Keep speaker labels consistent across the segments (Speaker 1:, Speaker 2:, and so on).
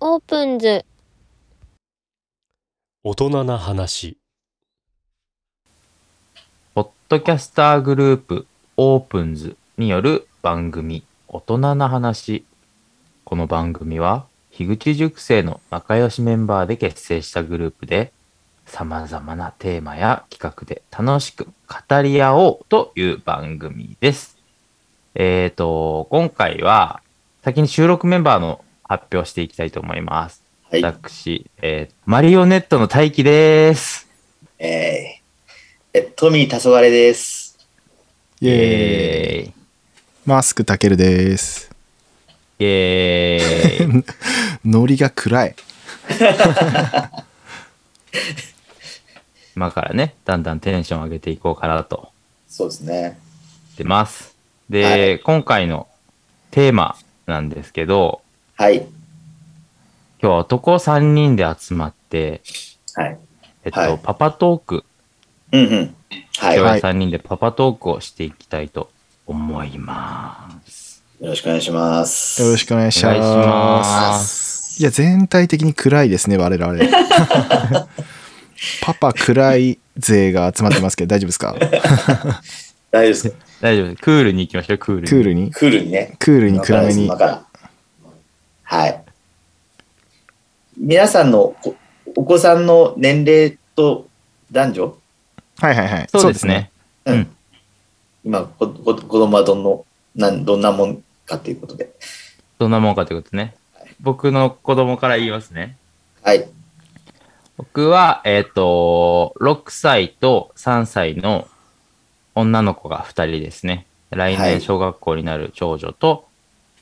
Speaker 1: オープンズ、
Speaker 2: 大人な話。
Speaker 3: ポッドキャスターグループオープンズによる番組大人な話。この番組は樋口塾生の仲良しメンバーで結成したグループで様々なテーマや企画で楽しく語り合おうという番組です。えーと、今回は先に収録メンバーの発表していきたいと思います。
Speaker 4: はい。
Speaker 3: 私、えーマリオネットの大輝です。
Speaker 4: えー、え、トミー・タソガレです。
Speaker 5: イーイ。
Speaker 3: イーイ
Speaker 5: マスクたけるです。
Speaker 3: イエーイ
Speaker 5: ノリが暗い。
Speaker 3: 今からね、だんだんテンション上げていこうかなと
Speaker 4: そうですね。
Speaker 3: 思ってます。で、
Speaker 4: はい
Speaker 3: 今回のテーマなんですけど、
Speaker 4: はい。
Speaker 3: 今日は男3人で集まって、
Speaker 4: はい。
Speaker 3: えっと、
Speaker 4: はい
Speaker 3: パパトーク、
Speaker 4: うんうん。はい。
Speaker 3: 今日
Speaker 4: よ
Speaker 3: は
Speaker 5: はい
Speaker 3: 3人でパパトークをしていきたいと思います。
Speaker 4: ろしくお願いします。。
Speaker 5: よろしくお願いし
Speaker 3: お願いし
Speaker 5: ま
Speaker 3: ます
Speaker 5: す。いや、全体的に暗いですね、我々。 パパ暗い勢が集まってますけど、大丈夫ですか
Speaker 4: 大丈夫ですか
Speaker 3: 大丈夫です。クールに行きましょう、クールに。
Speaker 5: クールに
Speaker 4: クールにね。
Speaker 5: クールに暗めに
Speaker 4: 今。からです。今からはい。皆さんのおお子さんの年齢と男女、
Speaker 5: はいはいはい。
Speaker 3: そうですね。
Speaker 4: うん、
Speaker 3: うん
Speaker 4: 今ここ、子供はどんのなんどんなもんかということで。
Speaker 3: どんなもんかということね。僕の子供から言いますね。
Speaker 4: はい。
Speaker 3: 僕は、えっ、と、6歳と3歳の女の子が2人ですね。来
Speaker 4: は
Speaker 3: 年
Speaker 4: い
Speaker 3: 小学校になる長女と、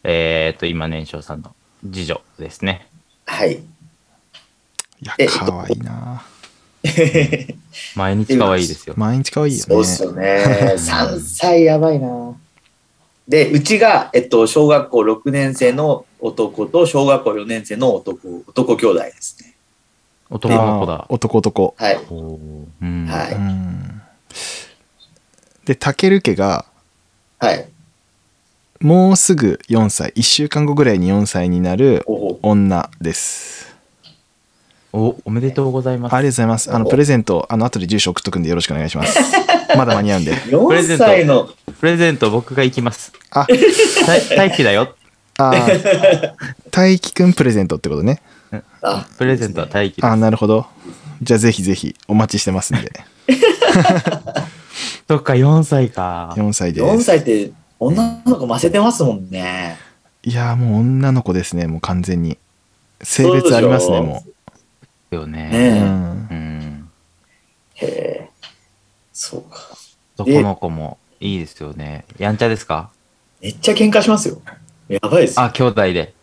Speaker 3: えっ、と、今年少さんの次女ですね。
Speaker 4: はい。
Speaker 5: いや、可愛いな。
Speaker 3: 毎日可愛いですよ。
Speaker 5: 毎日可愛いよね。
Speaker 4: そうっす よね。3歳やばいな。で、うちが、えっと、小学校6年生の男と小学校4年生の男、男兄弟ですね。
Speaker 3: 男の子だ
Speaker 5: あー。男男。
Speaker 4: はい。
Speaker 3: うん
Speaker 4: は
Speaker 5: う
Speaker 4: い。
Speaker 5: ん。で、たける家が、
Speaker 4: はい。
Speaker 5: もうすぐ4歳、1週間後ぐらいに4歳になる
Speaker 4: おお。
Speaker 5: 女です。
Speaker 3: お、おめでとうございます。
Speaker 5: ありがとうございます。あの、
Speaker 4: お
Speaker 5: プレゼント、あの、後で住所送っとくんでよろしくお願いし ます。まだ間に合うんで。
Speaker 3: レゼ
Speaker 4: 4
Speaker 3: ント
Speaker 4: 歳の、
Speaker 3: プレゼント僕が行きます。
Speaker 5: あ、
Speaker 3: た大輝だ よ。
Speaker 5: あー、 大輝くんプレゼントってことね。
Speaker 4: あ、
Speaker 3: プレゼントは大輝
Speaker 5: あー、
Speaker 3: です。
Speaker 5: なるほど。じゃあ、ぜひぜひ、お待ちしてますんで。
Speaker 3: そっか、4歳か。
Speaker 5: 4歳で
Speaker 4: 4
Speaker 5: す。
Speaker 4: 歳って女の子ませてますもんね。
Speaker 5: いやー、もう女の子ですね、もう完全に。性別ありますね、
Speaker 4: そうでしょ
Speaker 5: も
Speaker 3: よね。
Speaker 5: う。う
Speaker 4: ね
Speaker 5: ん。
Speaker 3: うん。
Speaker 4: え。へえ。そうか。
Speaker 3: 男の子もいいですよね。やんちゃですか
Speaker 4: めっちゃ喧嘩しますよ。やばいですよ。
Speaker 3: あ、兄弟で。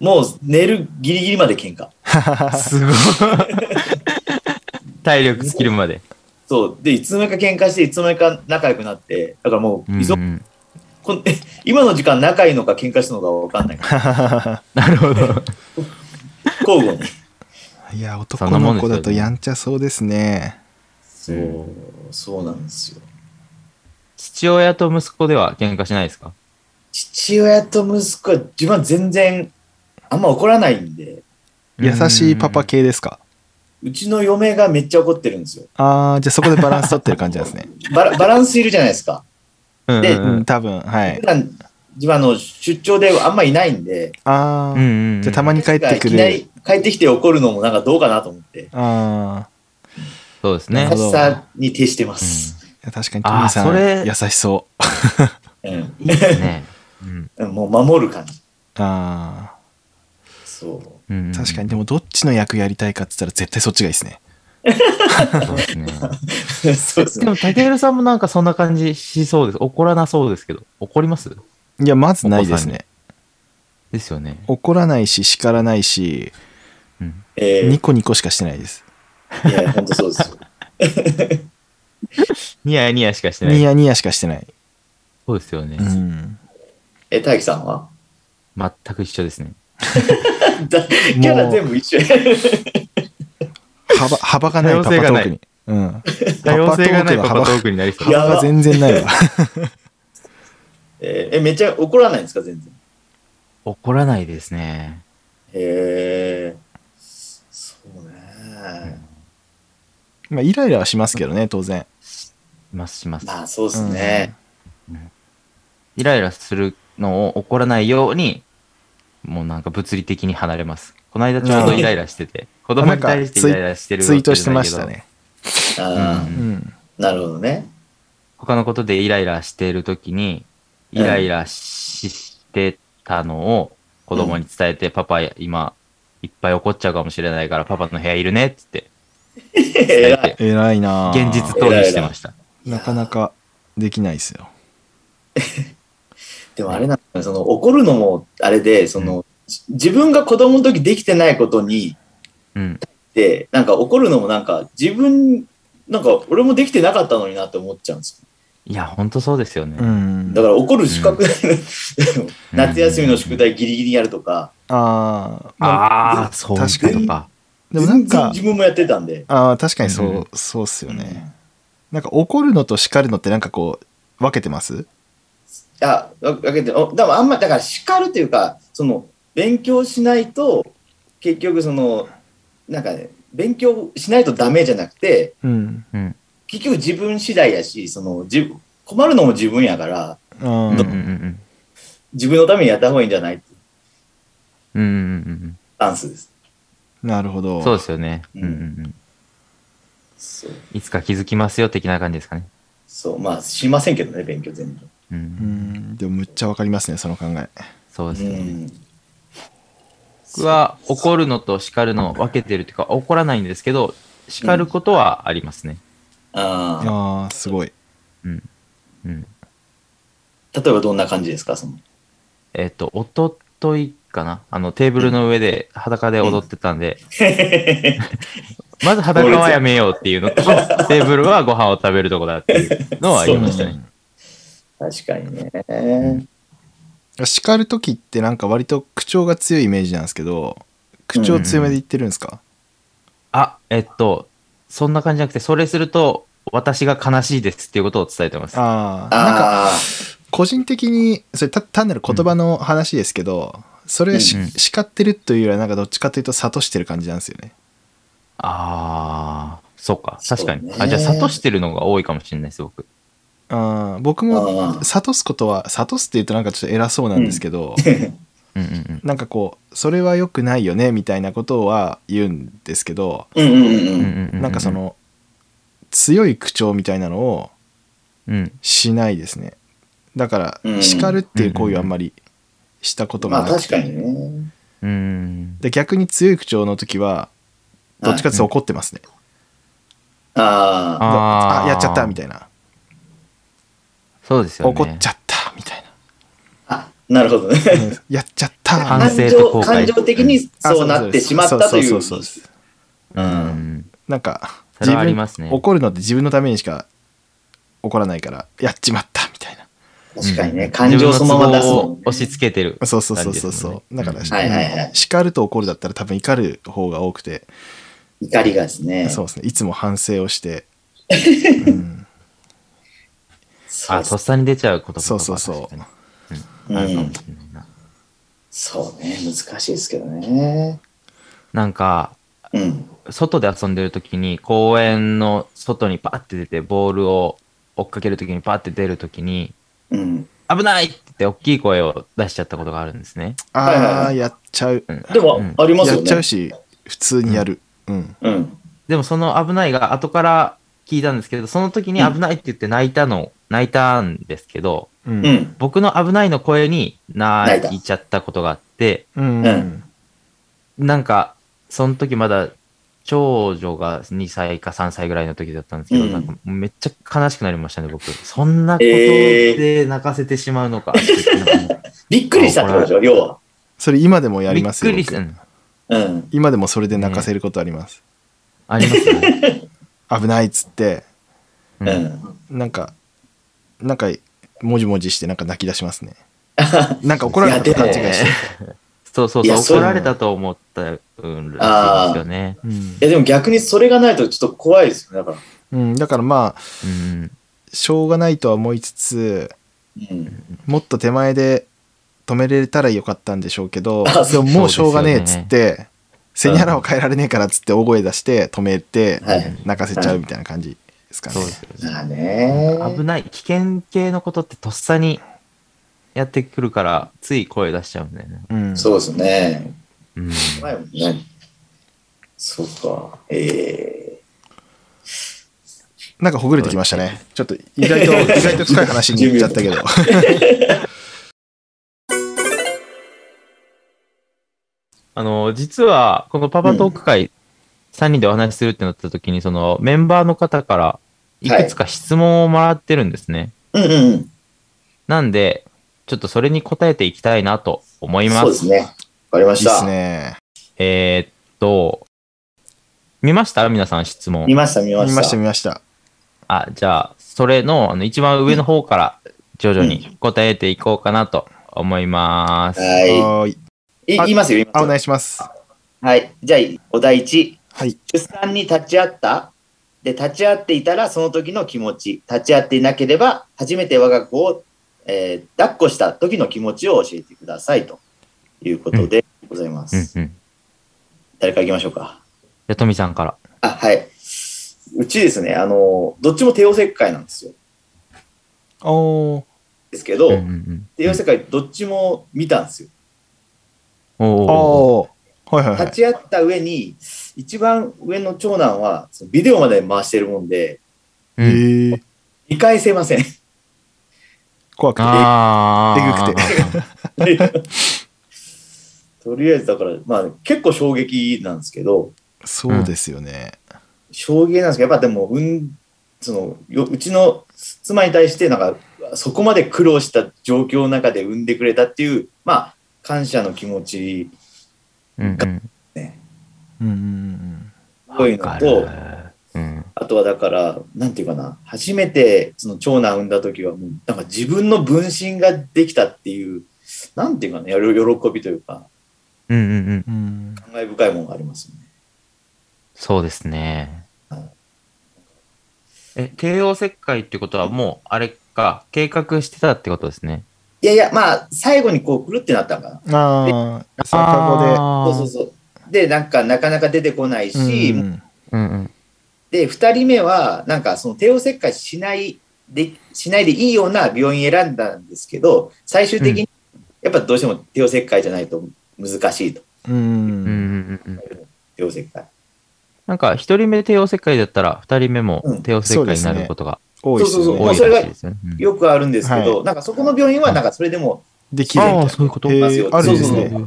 Speaker 4: もう寝るギリギリまで喧嘩。
Speaker 3: すごい。 体力尽きるまで。
Speaker 4: そう。で、いつの間にか喧嘩して、いつの間にか仲良くなって、だからもう、
Speaker 3: うん
Speaker 4: 忙
Speaker 3: うん
Speaker 4: こん今の時間仲いいのか喧嘩したのかわかんないから
Speaker 3: なるほど。
Speaker 4: 交互に
Speaker 5: いやー、男の子だとやんちゃそうですね。
Speaker 4: そうそうなんですよ
Speaker 3: 父親と息子では喧嘩しないですか
Speaker 4: 父親と息子は自分は全然あんま怒らないんで
Speaker 5: 優しいパパ。系ですか。
Speaker 4: うちの嫁がめっちゃ怒ってるんですよ
Speaker 5: あー、じゃあそこでバランス取ってる感じなんですね。
Speaker 4: バラバランスいるじゃないですか
Speaker 3: うんうん
Speaker 4: で
Speaker 3: う
Speaker 5: うんん、多分、は
Speaker 4: 普
Speaker 5: い。
Speaker 4: 段自分あの出張であんまいないんで
Speaker 5: あ
Speaker 3: うんう
Speaker 5: ー、
Speaker 3: んうん。
Speaker 5: じゃあたまに帰ってく
Speaker 4: いきなり
Speaker 5: る。
Speaker 4: 帰ってきて怒るのもなんかどうかなと思って
Speaker 5: あー。
Speaker 3: そうです
Speaker 4: 優
Speaker 3: ね
Speaker 5: なる。ほど
Speaker 4: しさに徹してます、
Speaker 5: いや確かに
Speaker 3: あ
Speaker 5: ト
Speaker 3: ー
Speaker 5: ミーさ
Speaker 3: そ
Speaker 5: ん
Speaker 3: れ
Speaker 5: 優しそ
Speaker 4: うん
Speaker 3: ねうん
Speaker 4: もう守る感じ
Speaker 5: うあ
Speaker 4: そう
Speaker 3: うんうん
Speaker 5: ー確かにでもどっちの役やりたいかって言ったら絶対そっちがいいですね
Speaker 3: そうです ね
Speaker 4: そうです
Speaker 3: で
Speaker 4: ね
Speaker 3: も、竹浦さんもなんかそんな感じしそうです。怒らなそうですけど。怒ります
Speaker 5: いやまずないですね
Speaker 3: ですよね。
Speaker 5: 怒らないし叱らないし
Speaker 3: うん
Speaker 4: え
Speaker 5: ニコニコしかしてないです
Speaker 4: ー、いや本当そうですよ
Speaker 3: ニヤニヤしかしてな
Speaker 5: ニ
Speaker 3: い。
Speaker 5: ヤニヤしかしてない
Speaker 3: そうですよね
Speaker 5: う。ん
Speaker 4: え大樹さんは
Speaker 3: 全く一緒ですね。
Speaker 4: だ キャラ全部一緒や。
Speaker 5: 幅幅がないパパトークにうん
Speaker 3: 多様性がないパ
Speaker 5: パ
Speaker 3: パ
Speaker 5: パ
Speaker 3: ト
Speaker 5: トー
Speaker 3: ー
Speaker 5: ク
Speaker 3: クになりそう
Speaker 5: の。幅が全然ないわ
Speaker 4: えーえ、めっちゃ怒らないんですか、全然。
Speaker 3: 怒らないですね。
Speaker 4: へえ。そうね。
Speaker 5: まあ、イライラはしますけどね、当然。
Speaker 3: いますします。
Speaker 4: まあそうですね。
Speaker 3: イライラするのを起こらないように、もうなんか物理的に離れます。この間ちょうどイライラしてて、子供に対してイライラしてるわ
Speaker 5: ツイー
Speaker 3: けじゃ
Speaker 5: ト
Speaker 3: ないけど
Speaker 5: してました。ね。
Speaker 4: ああ、
Speaker 3: う
Speaker 5: うん。
Speaker 4: なるほどね。
Speaker 3: 他のことでイライラしているときに、イライラししてたのを子供に伝えて、パパ今いっぱい怒っちゃうかもしれないからパパの部屋いるねっつって伝えて、
Speaker 5: 偉いなあ
Speaker 3: 現実逃避してました。
Speaker 5: なかなかできないですよ。
Speaker 4: でもあれなんだねその怒るのもあれで、その、じ自分が子供の時できてないことに、
Speaker 3: うん。
Speaker 4: で、なんか怒るのもなんか自分、なんか俺もできてなかったのになって思っちゃうんですよ。
Speaker 3: いや、ほんとそうですよね。
Speaker 5: うん。
Speaker 4: だから怒る資格、 夏休みの宿
Speaker 3: うん
Speaker 4: 題ギリギリやるとか、
Speaker 5: ああ、まあ、
Speaker 3: ああ、そういうことか。
Speaker 5: でもなん
Speaker 4: 全然
Speaker 5: か、
Speaker 4: 自分もやってたんで。
Speaker 5: ああ、確かにそう、
Speaker 3: うん
Speaker 5: そうっすよね。
Speaker 4: い
Speaker 5: なんか怒るのと叱るのってなんかこう、分けてます
Speaker 4: や、わわけて、おでもあんま、だから叱るというか、その、勉強しないと、結局その、なんかね、勉強しないとダメじゃなくて、
Speaker 5: うん。
Speaker 3: うん。
Speaker 4: 結局自分次第やし、その自分困るのも自分やから、
Speaker 5: あ
Speaker 3: うんうんう
Speaker 5: ー
Speaker 3: ん
Speaker 4: 自分のためにやった方がいいんじゃないっていう
Speaker 3: うん。うんうん
Speaker 4: スタンスです。
Speaker 5: なるほ
Speaker 3: う
Speaker 5: ど。
Speaker 3: ん。そうですよね。う
Speaker 4: うんん
Speaker 3: うんうん。
Speaker 4: そう、
Speaker 3: いつか気づきますよ的な感じですかね。
Speaker 4: そうまあ、しませんけどね、勉強全部。
Speaker 3: う。
Speaker 5: うんん。でもむっちゃ分かりますね、その考え。
Speaker 3: そうです
Speaker 4: う
Speaker 3: よね。
Speaker 4: ん。
Speaker 3: 僕は怒るのと叱るのを分けてるというか怒らないんですけど叱ることはありますね。
Speaker 4: あ
Speaker 5: ああ、すごい。
Speaker 3: うん。うん。
Speaker 4: あ、例えばどんな感じですか、その。
Speaker 3: えっ、と、おとといかなあのテーブルの上で裸で踊ってたん で、まず裸はやめようっていうの と、テーブルはご飯を食べるとこだっていうのは言いましたね。
Speaker 4: 確かにね。
Speaker 5: 叱る時ってなんか割と口調が強いイメージなんですけど、口調強めで言ってるんですか、
Speaker 3: あ、えっと、そんな感じじゃなくて、それすると私が悲しいですっていうことを伝えてます。
Speaker 5: ああ、なんか
Speaker 4: あ
Speaker 5: 個人的にそれた単なる言葉の話ですけど、それし、
Speaker 3: うんうん
Speaker 5: 叱ってるというよりはなんかどっちかというと諭してる感じなんですよね
Speaker 3: ああ、そうか。確かに。
Speaker 4: そうね
Speaker 3: あじゃあ、諭してるのが多いかもしれないです、僕。
Speaker 5: あー僕
Speaker 4: あ、
Speaker 5: も
Speaker 4: ああ、
Speaker 5: 諭すことは諭すって言うとなんかちょっと偉そうなんですけど、
Speaker 3: うんうんうん。
Speaker 5: なんかこうそれは良くないよねみたいなことは言うんですけど、
Speaker 4: うんうんうんうん。
Speaker 5: なんかそ、の強い口調みたいなのを
Speaker 3: うん、
Speaker 5: しないですねだから
Speaker 4: うん
Speaker 5: 叱るっていう行為はあんまりしたことが
Speaker 4: まあ
Speaker 5: なく
Speaker 4: 確
Speaker 5: て、
Speaker 4: かにね。
Speaker 3: うん、
Speaker 5: で逆に強い口調の時はどっちかというと怒ってますね、
Speaker 4: ああ、
Speaker 5: あ
Speaker 3: あー
Speaker 5: やっちゃったみたいな
Speaker 3: そうですよね。
Speaker 5: 怒っちゃったみ たい
Speaker 4: あ、なるほどね。
Speaker 5: な、うんやっちゃった
Speaker 3: 反
Speaker 4: 感
Speaker 3: 省
Speaker 4: 情
Speaker 3: と後悔
Speaker 4: 感情的に
Speaker 5: あ
Speaker 4: そうなってしまったという。
Speaker 5: そうそうそうそ
Speaker 3: う
Speaker 4: う。
Speaker 5: う
Speaker 3: んん。
Speaker 5: なんか
Speaker 3: それはありますね
Speaker 5: 怒るのって自分のためにしか怒らないからやっちまったみたい
Speaker 4: 確かにね、感情をそのまま出す
Speaker 3: 自分の
Speaker 4: の
Speaker 3: 都合を。押し付けてる。
Speaker 5: なそうそうそうそう
Speaker 3: 感
Speaker 5: そう、
Speaker 3: じ
Speaker 5: だ
Speaker 3: です
Speaker 5: か
Speaker 3: もんね
Speaker 5: ら、
Speaker 4: はいはいはい
Speaker 5: うん叱ると怒るだったら多分怒る方が多くて、
Speaker 4: 怒りがですね。
Speaker 5: そうですねいつも反省を して、うん
Speaker 4: そう
Speaker 3: あ、
Speaker 4: です
Speaker 3: とっさに出ちゃうこと
Speaker 5: そうそうそう
Speaker 3: うん。ある
Speaker 4: う
Speaker 3: か
Speaker 4: ん
Speaker 3: もしれないな。
Speaker 4: そうね、難しいですけどね。
Speaker 3: なんか、
Speaker 4: うん。
Speaker 3: 外で遊んでる時に、公園の外にパッて出て、ボールを追っかける時にパッて出る時に、
Speaker 4: うん。
Speaker 3: 危ないって言って大きい声を出しちゃったことがあるんですね。
Speaker 5: あ
Speaker 4: はいはい
Speaker 5: あ
Speaker 4: は
Speaker 5: ーやっちゃう、
Speaker 3: うん
Speaker 4: でも、
Speaker 3: うん
Speaker 4: あります
Speaker 5: や
Speaker 4: よ
Speaker 5: っちゃう
Speaker 4: ね。
Speaker 5: し普通にやるうん、
Speaker 4: うん。
Speaker 3: でもその危ないが後から聞いたんですけど、その時に危ないって言って泣いたの、泣いたんですけど、
Speaker 5: う
Speaker 4: うんん。
Speaker 3: 僕の危ないの声に泣いちゃったことがあって、
Speaker 5: うん
Speaker 4: うん
Speaker 3: なんか、その時まだ、長女が2歳か3歳ぐらいの時だったんですけど、
Speaker 4: うん
Speaker 3: なんかめっちゃ悲しくなりましたね、僕。そんなことで泣かせてしまうのかって言って、なんか
Speaker 4: びっくりしたってことでしょ、要は。
Speaker 5: それ今でもやりますよ
Speaker 3: びっくりした。う
Speaker 5: 僕
Speaker 3: ん
Speaker 4: うん。
Speaker 5: 今でもそれで泣かせることあります、
Speaker 3: ありますね。
Speaker 5: 危ないっつって
Speaker 3: う
Speaker 4: うん ん。
Speaker 5: なんかなんかもじもじしてなんか泣き出しますねなんか怒られたと勘違いして
Speaker 4: いやで
Speaker 3: そうそう
Speaker 4: い
Speaker 3: そう
Speaker 4: やそう
Speaker 3: 怒られたと思ったんらしいですよね。
Speaker 5: うん
Speaker 4: いや、でも逆にそれがないとちょっと怖いですよね、だから。
Speaker 5: うん、だからまあ
Speaker 3: うん
Speaker 5: しょうがないとは思いつつ
Speaker 4: うん。
Speaker 5: もっと手前で止めれたらよかったんでしょうけど
Speaker 4: あ
Speaker 5: でももうしょうがねえっつ
Speaker 3: そう
Speaker 5: っ
Speaker 3: です
Speaker 5: て、背に腹を変えられねえからっつって大声出して止めて
Speaker 4: はい
Speaker 5: 泣かせちゃうみたいな感じですかね
Speaker 3: そう。ですよね
Speaker 4: まあね
Speaker 3: 危ない危険系のことってとっさにやってくるからつい声出しちゃうんだよね、
Speaker 5: うん
Speaker 4: そうですね。
Speaker 3: うん、
Speaker 4: 前もんね。そうか。え
Speaker 5: なんかほぐれてきましたね。ちょっと意外と、意外と深い話に行っちゃったけど。
Speaker 3: あの実はこのパパトーク会3人でお話しするってなった時にそのメンバーの方からいくつか質問をもらってるんですね、
Speaker 4: えうんうんうん。
Speaker 3: なんでちょっとそれに答えていきたいなと思いま
Speaker 4: そうですすね。わかりま
Speaker 5: いい
Speaker 4: し
Speaker 5: っす
Speaker 4: た。
Speaker 5: ね。
Speaker 3: えーっと見ました皆さん質問
Speaker 4: 見ました、見ま
Speaker 5: 見まし
Speaker 4: したた。
Speaker 5: 見ました。
Speaker 3: あ、じゃあ、それの、あの、一番上の方から、徐々に答えていこうかなと思います。
Speaker 4: は
Speaker 5: はーい。
Speaker 4: い。い
Speaker 5: あ
Speaker 4: 言いますよ、言います
Speaker 5: あ、お
Speaker 4: よ
Speaker 5: 願いします。
Speaker 4: はい。じゃあ、お題1。
Speaker 5: はい。
Speaker 4: 出産に立ち会ったで、立ち会っていたらその時の気持ち。立ち会っていなければ、初めて我が子を、えー抱っこした時の気持ちを教えてください。ということでございま
Speaker 3: う
Speaker 4: す。
Speaker 3: んうん。じ
Speaker 4: 誰から行きましょうか。
Speaker 3: ゃあ、トミさんから。
Speaker 4: あ、はい。うちですね、あの、どっちも帝王切開なんですよ。
Speaker 5: おー。
Speaker 4: ですけど、
Speaker 3: うんうんうん
Speaker 4: 帝王切開どっちも見たんですよ。
Speaker 3: おーおー
Speaker 5: おー。はいはいは
Speaker 4: 立
Speaker 5: い。
Speaker 4: ち会った上に、一番上の長男は、そのビデオまで回してるもんで、
Speaker 3: うん
Speaker 5: えー。
Speaker 4: 見返せませ ん。
Speaker 5: 怖くて。
Speaker 3: あー。
Speaker 5: え
Speaker 3: えぐくて。
Speaker 4: とりあえずだから、まあ結構衝撃なんですけど、
Speaker 5: そうですよね。
Speaker 4: 衝撃なんですけど、やっぱでも、うん、そのようちの妻に対して、なんか、そこまで苦労した状況の中で産んでくれたっていう、まあ、感謝の気持ち、
Speaker 3: うんうん。
Speaker 4: ね、
Speaker 5: うんうんうん
Speaker 4: 多い
Speaker 3: わか
Speaker 4: のと
Speaker 3: る、。うん。
Speaker 4: あとはだから、なんていうかな、初めてその長男産んだ時は、もうなんか自分の分身ができたっていう、なんていうかな、やる喜びというか、
Speaker 3: うんうんうん。
Speaker 5: うん。うん
Speaker 4: 感慨深いものがありますよね。
Speaker 3: そうですね
Speaker 4: はい。
Speaker 3: え、帝王切開ってことは、もう、あれか、計画してたってことですね。
Speaker 4: いやいや、まあ、最後にこう、くるってなったのかな。
Speaker 5: ああ、その
Speaker 4: そうそうそう。で、なんか、なかなか出てこない
Speaker 5: 顔で。
Speaker 4: し、
Speaker 5: うん
Speaker 3: う。うんうん。
Speaker 4: で、2人目は、なんか、その帝王切開しないで、しないでいいような病院選んだんですけど、最終的に、やっぱどうしても帝王切開じゃないと難しいと、
Speaker 5: うん
Speaker 3: うんう
Speaker 5: うん。
Speaker 3: んうんうん。
Speaker 4: 帝王切開。
Speaker 3: なんか、一人目帝王切開だったら、二人目も帝王切開になることが
Speaker 5: 多いです
Speaker 4: そう
Speaker 5: よ
Speaker 4: そう
Speaker 5: ね
Speaker 3: 多。いらしいですよね。うん
Speaker 4: よくあるんですけど、
Speaker 5: は
Speaker 4: なんかそこの病院はなんかそれでも
Speaker 5: できるみたい
Speaker 3: あ
Speaker 5: な
Speaker 3: あ、。そういうこと。
Speaker 5: え
Speaker 4: ますよ
Speaker 5: ーあるんです
Speaker 4: そうそ
Speaker 5: ね。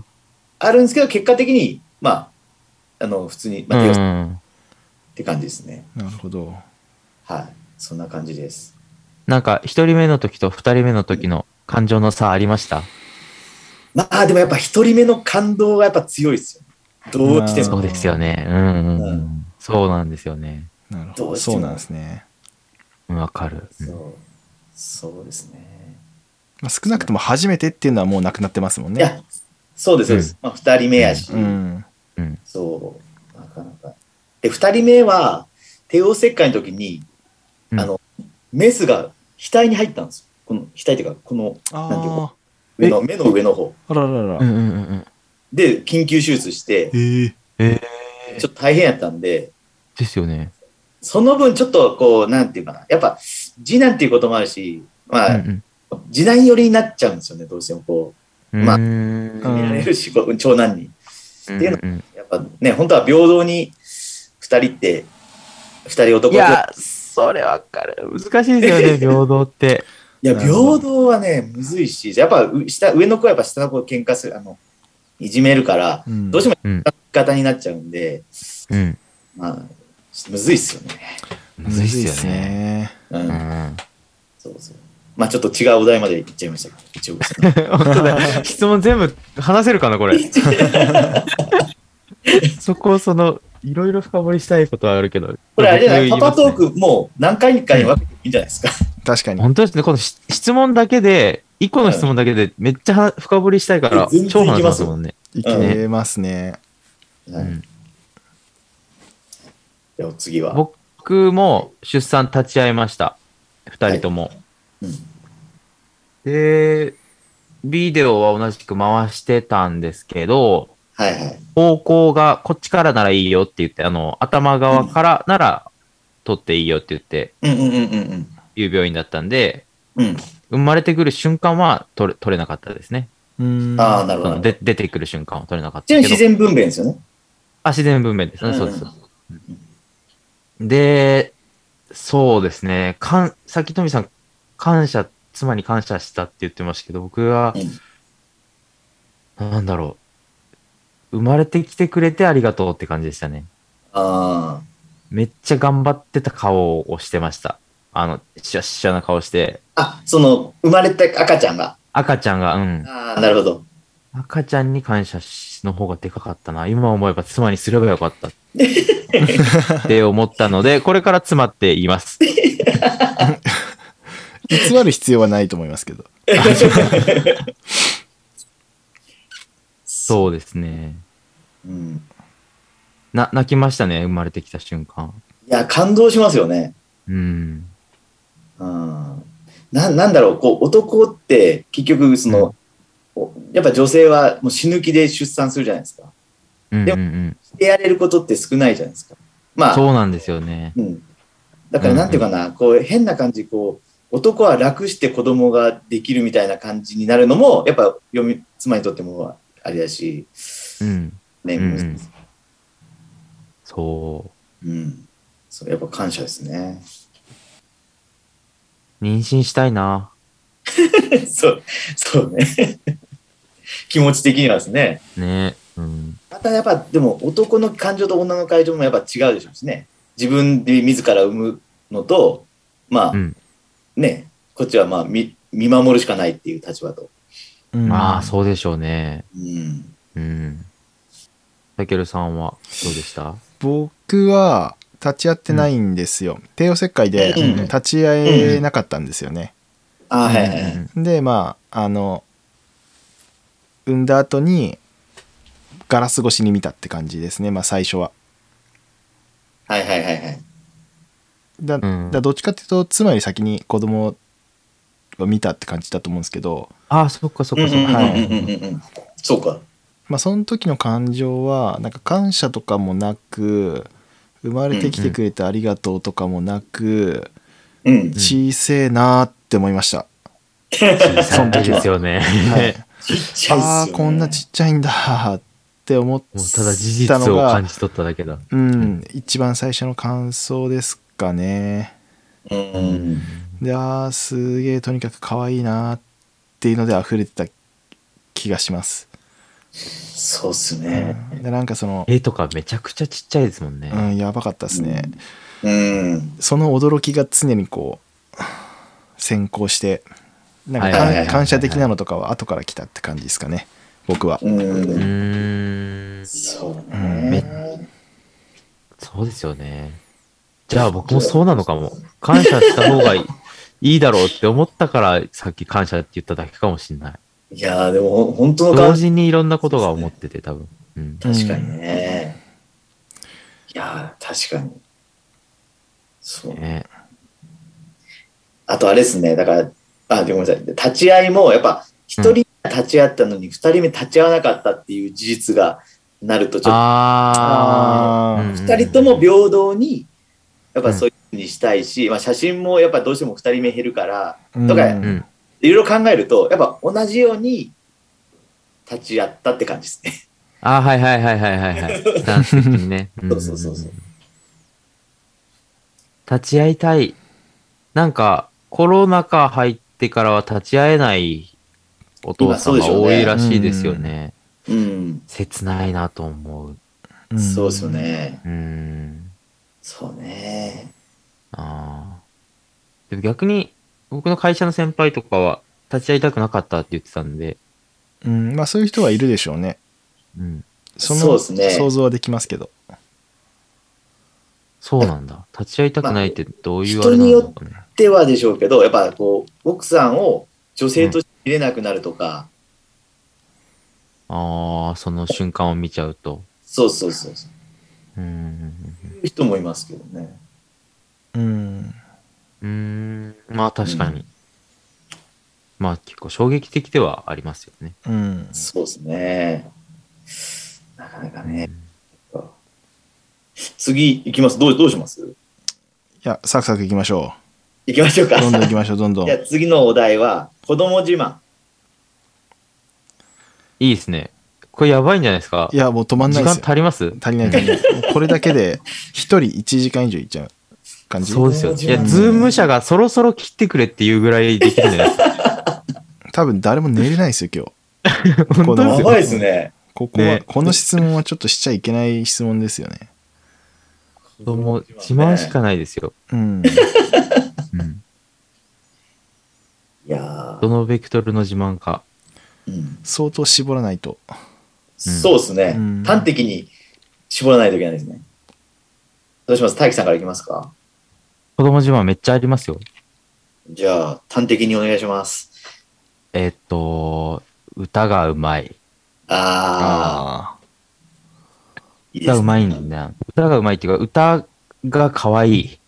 Speaker 4: あるんですけど結果的にまああの普通に、まあ、手を
Speaker 3: うん、
Speaker 4: って感じですね
Speaker 5: なるほど。
Speaker 4: はいそんな感じです
Speaker 3: なんか一人目の時と二人目の時の感情の差ありました
Speaker 4: まあでもやっぱ一人目の感動がやっぱ強いですよどうして
Speaker 5: うん
Speaker 3: そ
Speaker 4: も
Speaker 3: うですよねうんうん、う、
Speaker 4: うん
Speaker 3: そうなんですよね
Speaker 5: なるほ
Speaker 4: ど
Speaker 5: ど。
Speaker 4: うしても
Speaker 5: そうなんですね。
Speaker 3: うんわかる、うん
Speaker 4: そうそうですね
Speaker 5: まあ、少なくとも初めてっていうのはもうなくなってますもん
Speaker 4: い
Speaker 5: ね。
Speaker 4: やそうですそうです、まあ、二人目やし、
Speaker 5: うん。
Speaker 3: うん
Speaker 4: そうなかなかで二人目は帝王切開の時に、
Speaker 3: うん
Speaker 4: あのメスが額に入ったんですよこの額っていうかこのなんていう
Speaker 5: あ
Speaker 4: か上の目の上の方
Speaker 5: あ、あららら
Speaker 3: う
Speaker 5: ら。
Speaker 3: んうんうんうん
Speaker 4: で緊急手術して
Speaker 5: ええ
Speaker 3: えー
Speaker 4: ちょっと大変やったんで、
Speaker 3: ですよね
Speaker 4: その分ちょっとこう、なんていうかな、やっぱ次男っていうこともあるし、まあ、
Speaker 3: うん
Speaker 4: 次男寄りになっちゃうんですよね、どうしてもこ
Speaker 3: うん
Speaker 4: まあ
Speaker 3: うー
Speaker 5: うん
Speaker 4: う、見られるし、こう長男に。
Speaker 3: うん
Speaker 4: ていうの
Speaker 3: うん
Speaker 4: やっぱね、本当は平等に2人って、2人男
Speaker 3: い
Speaker 4: と。いや、
Speaker 3: やそれわかる難しいですよ ね平等って
Speaker 4: 平等はね、むずいし、やっぱう下上の子はやっぱ下の子を喧嘩する、あの、いじめるから、
Speaker 5: うん
Speaker 4: どうしても
Speaker 3: うん
Speaker 4: 味方になっちゃうんで、
Speaker 3: うん
Speaker 4: まあ、むずいっすよね。
Speaker 3: むずいっすよね
Speaker 5: ね。
Speaker 4: う、
Speaker 3: うん ん
Speaker 4: そうそう。まあちょっと違うお題までいっちゃいましたけど、一応。
Speaker 3: 本当だ質問全部話せるかな これそこそのいろいろ深掘りしたいことはあるけど
Speaker 4: これあれじゃない、
Speaker 3: 僕言いま
Speaker 4: パパ
Speaker 3: すね
Speaker 4: トークもう何回かに分けてもいいんじゃないですか。
Speaker 5: 確かに。
Speaker 3: 本当ですね、このし質問だけで、一個の質問だけで、めっちゃは深掘りしたいから、
Speaker 4: 全然
Speaker 3: 超話しますもんね。
Speaker 5: いけますね。
Speaker 4: は
Speaker 3: う
Speaker 4: い
Speaker 3: ん
Speaker 4: じゃあお次は。
Speaker 3: 僕も出産立ち会いました、二人とも。
Speaker 4: うん
Speaker 3: で、ビデオは同じく回してたんですけど、
Speaker 4: はいはい。
Speaker 3: 方向がこっちからならいいよって言って、あの、頭側からなら撮っていいよって言って、
Speaker 4: うんうんうんうん
Speaker 3: いう病院だったんで、
Speaker 4: うん。うん。
Speaker 3: 生まれてくる瞬間は撮れ撮れなかったですね。
Speaker 5: うん
Speaker 4: ああ、なるほ
Speaker 3: その
Speaker 4: ど。
Speaker 3: で出てくる瞬間は撮れなかった
Speaker 4: ち
Speaker 3: け
Speaker 4: な
Speaker 3: ど。
Speaker 4: みに自然分娩ですよね。
Speaker 3: あ、自然分娩です。
Speaker 4: うん
Speaker 3: そうです。で、そうですね。かん、さっき富さん、感謝、妻に感謝したって言ってましたけど、僕は、なんだろう。生まれてきてくれてありがとうって感じでしたね。
Speaker 4: あ
Speaker 3: めっちゃ頑張ってた顔をしてました。あの、シャッシャな顔して、
Speaker 4: あ。あ、その、生まれた赤ちゃんが。
Speaker 3: 赤ちゃんが、うん。
Speaker 4: ああ、なるほど。
Speaker 3: 赤ちゃんに感謝しの方がでかかったな。今思えば妻にすればよか った。って思ったので、これから妻って言います。
Speaker 5: 偽る必要はないと思いますけど。
Speaker 3: そうですね。
Speaker 4: うん。
Speaker 3: な、泣きましたね、生まれてきた瞬間。
Speaker 4: いや、感動しますよね。
Speaker 3: うん。
Speaker 4: うん。な、なんだろう、こう、男って、結局、その、おやっぱ女性はもう死ぬ気で出産するじゃないですか。
Speaker 3: うんうんう
Speaker 4: で
Speaker 3: ん。
Speaker 4: してやれることって少ないじゃないですか。まあ、
Speaker 3: そうなんですよね。
Speaker 4: うん、だからなんていうかな、こう変な感じこう男は楽して子供ができるみたいな感じになるのもやっぱ読み妻にとってもあれだし、
Speaker 3: うん。
Speaker 4: ね
Speaker 3: うんそ
Speaker 4: うんそうやっぱ感謝ですね。
Speaker 3: う。妊娠したいな。
Speaker 4: そうそうね 気持ち的にはですね。
Speaker 3: ね。うん。
Speaker 4: またやっぱでも男の感情と女の感情もやっぱ違うでしょうしね自分で自ら産むのとまあ、
Speaker 3: うん
Speaker 4: ねこっちはまあ見見守るしかないっていう立場と。
Speaker 3: まあ、
Speaker 5: う
Speaker 3: そうでしょうね。
Speaker 4: うん
Speaker 3: うん。たけるさんはどうでした
Speaker 5: ん。僕は立ち会ってないんですよ。帝王切開で
Speaker 4: うん
Speaker 5: 立ち会えなかったんですよね。
Speaker 4: あはいはいはい。
Speaker 3: うん
Speaker 5: で、まあ、あの、産んだ後に、ガラス越しに見たって感じですね、まあ最初は。
Speaker 4: はいはいはいはい。
Speaker 5: だ
Speaker 3: うん
Speaker 5: だどっちかっていうと妻より先に子供を見たって感じだと思うんですけど、
Speaker 3: あ、そっかそっかそっか。
Speaker 5: はい
Speaker 4: うんうんうんうんうんそうか。
Speaker 5: まあ、その時の感情はなんか感謝とかもなく生まれてきてくれてありがとうとかもなく、
Speaker 4: うん。
Speaker 5: 小せえなーって思いました、
Speaker 3: 小さいですよね。
Speaker 5: はい
Speaker 4: ちっちゃいっすよね
Speaker 5: ああこんなちっちゃいんだーって思っ
Speaker 3: もうただ事実
Speaker 5: たの
Speaker 3: を
Speaker 5: が
Speaker 3: 感じ取っただけだ。
Speaker 5: うん一番最初の感想ですかね
Speaker 4: うん。
Speaker 5: であーすげえとにかく可愛いなーっていうので溢れてた気がします、
Speaker 4: そうっす
Speaker 5: う
Speaker 4: ね。
Speaker 5: ん、でなんかその、
Speaker 3: 絵とかめちゃくちゃちっちゃいですもんね。
Speaker 5: うん、やばかったですね、
Speaker 4: うん。
Speaker 5: その驚きが常にこう先行してなんか
Speaker 3: はい
Speaker 4: はいはいはい
Speaker 5: 感
Speaker 4: はい
Speaker 5: 感謝的なのとかは後から来たって感じですかね僕は。
Speaker 4: う。
Speaker 3: うんーん。
Speaker 4: そう
Speaker 5: うん
Speaker 3: め
Speaker 4: ね。
Speaker 3: そうですよね。じゃあ僕もそうなのかも。感謝した方がいいいいだろうって思ったから、さっき感謝って言っただけかもしれない。
Speaker 4: いやーでも本当の
Speaker 3: 同
Speaker 4: 感
Speaker 3: 時にいろんなことが思ってて、多分。うん。
Speaker 4: 確かにね。いやー確かに。そう。
Speaker 3: ね、
Speaker 4: あとあれですね。だから、あ、ごめんなさい。立ち会いもやっぱ一人立ち会ったのに二人目立ち会わなかったっていう事実がなるとちょっと
Speaker 3: ああ。
Speaker 5: あ
Speaker 4: 2人とも平等にやっぱそういうふうにしたいし、まあ、写真もやっぱどうしても2人目減るから
Speaker 5: ー
Speaker 4: とか
Speaker 5: う
Speaker 3: うんん。
Speaker 4: いろいろ考えるとやっぱ同じように立ち会ったって感じですね。
Speaker 3: あーはいはいはいはいはいはい。ダンス的にね。ん
Speaker 4: そうそうそうそう。
Speaker 3: 立ち会いたい。なんか、コロナ禍入ってからは立ち会えないお父さんが多いらしいですよ
Speaker 5: 今そうでしょう
Speaker 3: ね。
Speaker 4: うん、
Speaker 3: 切ないなと思う。
Speaker 5: ん
Speaker 4: そうですよ。ね。
Speaker 3: うーん。
Speaker 4: そうね。
Speaker 3: ああ。でも逆に、僕の会社の先輩とかは、立ち会いたくなかったって言ってたんで、
Speaker 5: うんまあそういう人はいるでしょうね。
Speaker 3: うん。
Speaker 5: その
Speaker 4: そうですね
Speaker 5: 想像はできますけど。
Speaker 3: そうなんだ。立ち会いたくないってどういう
Speaker 4: まあ
Speaker 3: あれなのかね。
Speaker 4: ではでしょうけどやっぱこう奥さんを女性として見れなくなるとか、
Speaker 3: ああ、その瞬間を見ちゃうと。
Speaker 4: そうそうそうそう
Speaker 3: ーん。
Speaker 4: ういう人もいますけどね。
Speaker 5: うん
Speaker 3: うーん。まあ確かに。まあ結構衝撃的ではありますよね。
Speaker 5: うん
Speaker 4: そうですね。なかなかね。次行きます。どうどうします
Speaker 5: いやサクサクいきましょ
Speaker 4: 行きましょう
Speaker 5: う
Speaker 4: か。
Speaker 5: どんどんいきましょうどんどん
Speaker 4: じゃあ次のお題は、子供自慢。
Speaker 3: いいですね。これやばいんじゃないですか
Speaker 5: いやもう止まんな
Speaker 3: 時
Speaker 5: いで
Speaker 3: 間
Speaker 5: すよ
Speaker 3: 足ります
Speaker 5: 足りない足りないもうこれだけで一人1時間以上いっちゃう感じ
Speaker 3: そうですよ。い
Speaker 4: 時間
Speaker 3: や、
Speaker 4: ね
Speaker 3: ズーム社がそろそろ切ってくれっていうぐらいできるんじゃないですか。
Speaker 5: 多分誰も寝れないですよ今日
Speaker 3: 本当です
Speaker 5: や
Speaker 3: よ。
Speaker 5: ばいっ
Speaker 4: ですね。
Speaker 5: ここは、
Speaker 3: ね
Speaker 5: この質問はちょっとしちゃいけない質問ですよね
Speaker 3: 子供自慢しかないですよ。
Speaker 5: うん
Speaker 3: うん
Speaker 4: いや
Speaker 3: どのベクトルの自慢か。
Speaker 4: ー、うん
Speaker 5: 相当絞らないと
Speaker 4: そうですね
Speaker 5: うん。
Speaker 4: 端的に絞らないといけないですね。どうします大樹さんからいきますか
Speaker 3: 子供自慢めっちゃありますよ。
Speaker 4: じゃあ、端的にお願いします。
Speaker 3: えーっと、歌がうまい。
Speaker 4: あ
Speaker 5: あ
Speaker 4: ー、いいです
Speaker 3: 歌
Speaker 4: ね
Speaker 3: うまいんだな。歌がうまいっていうか、歌が可愛い。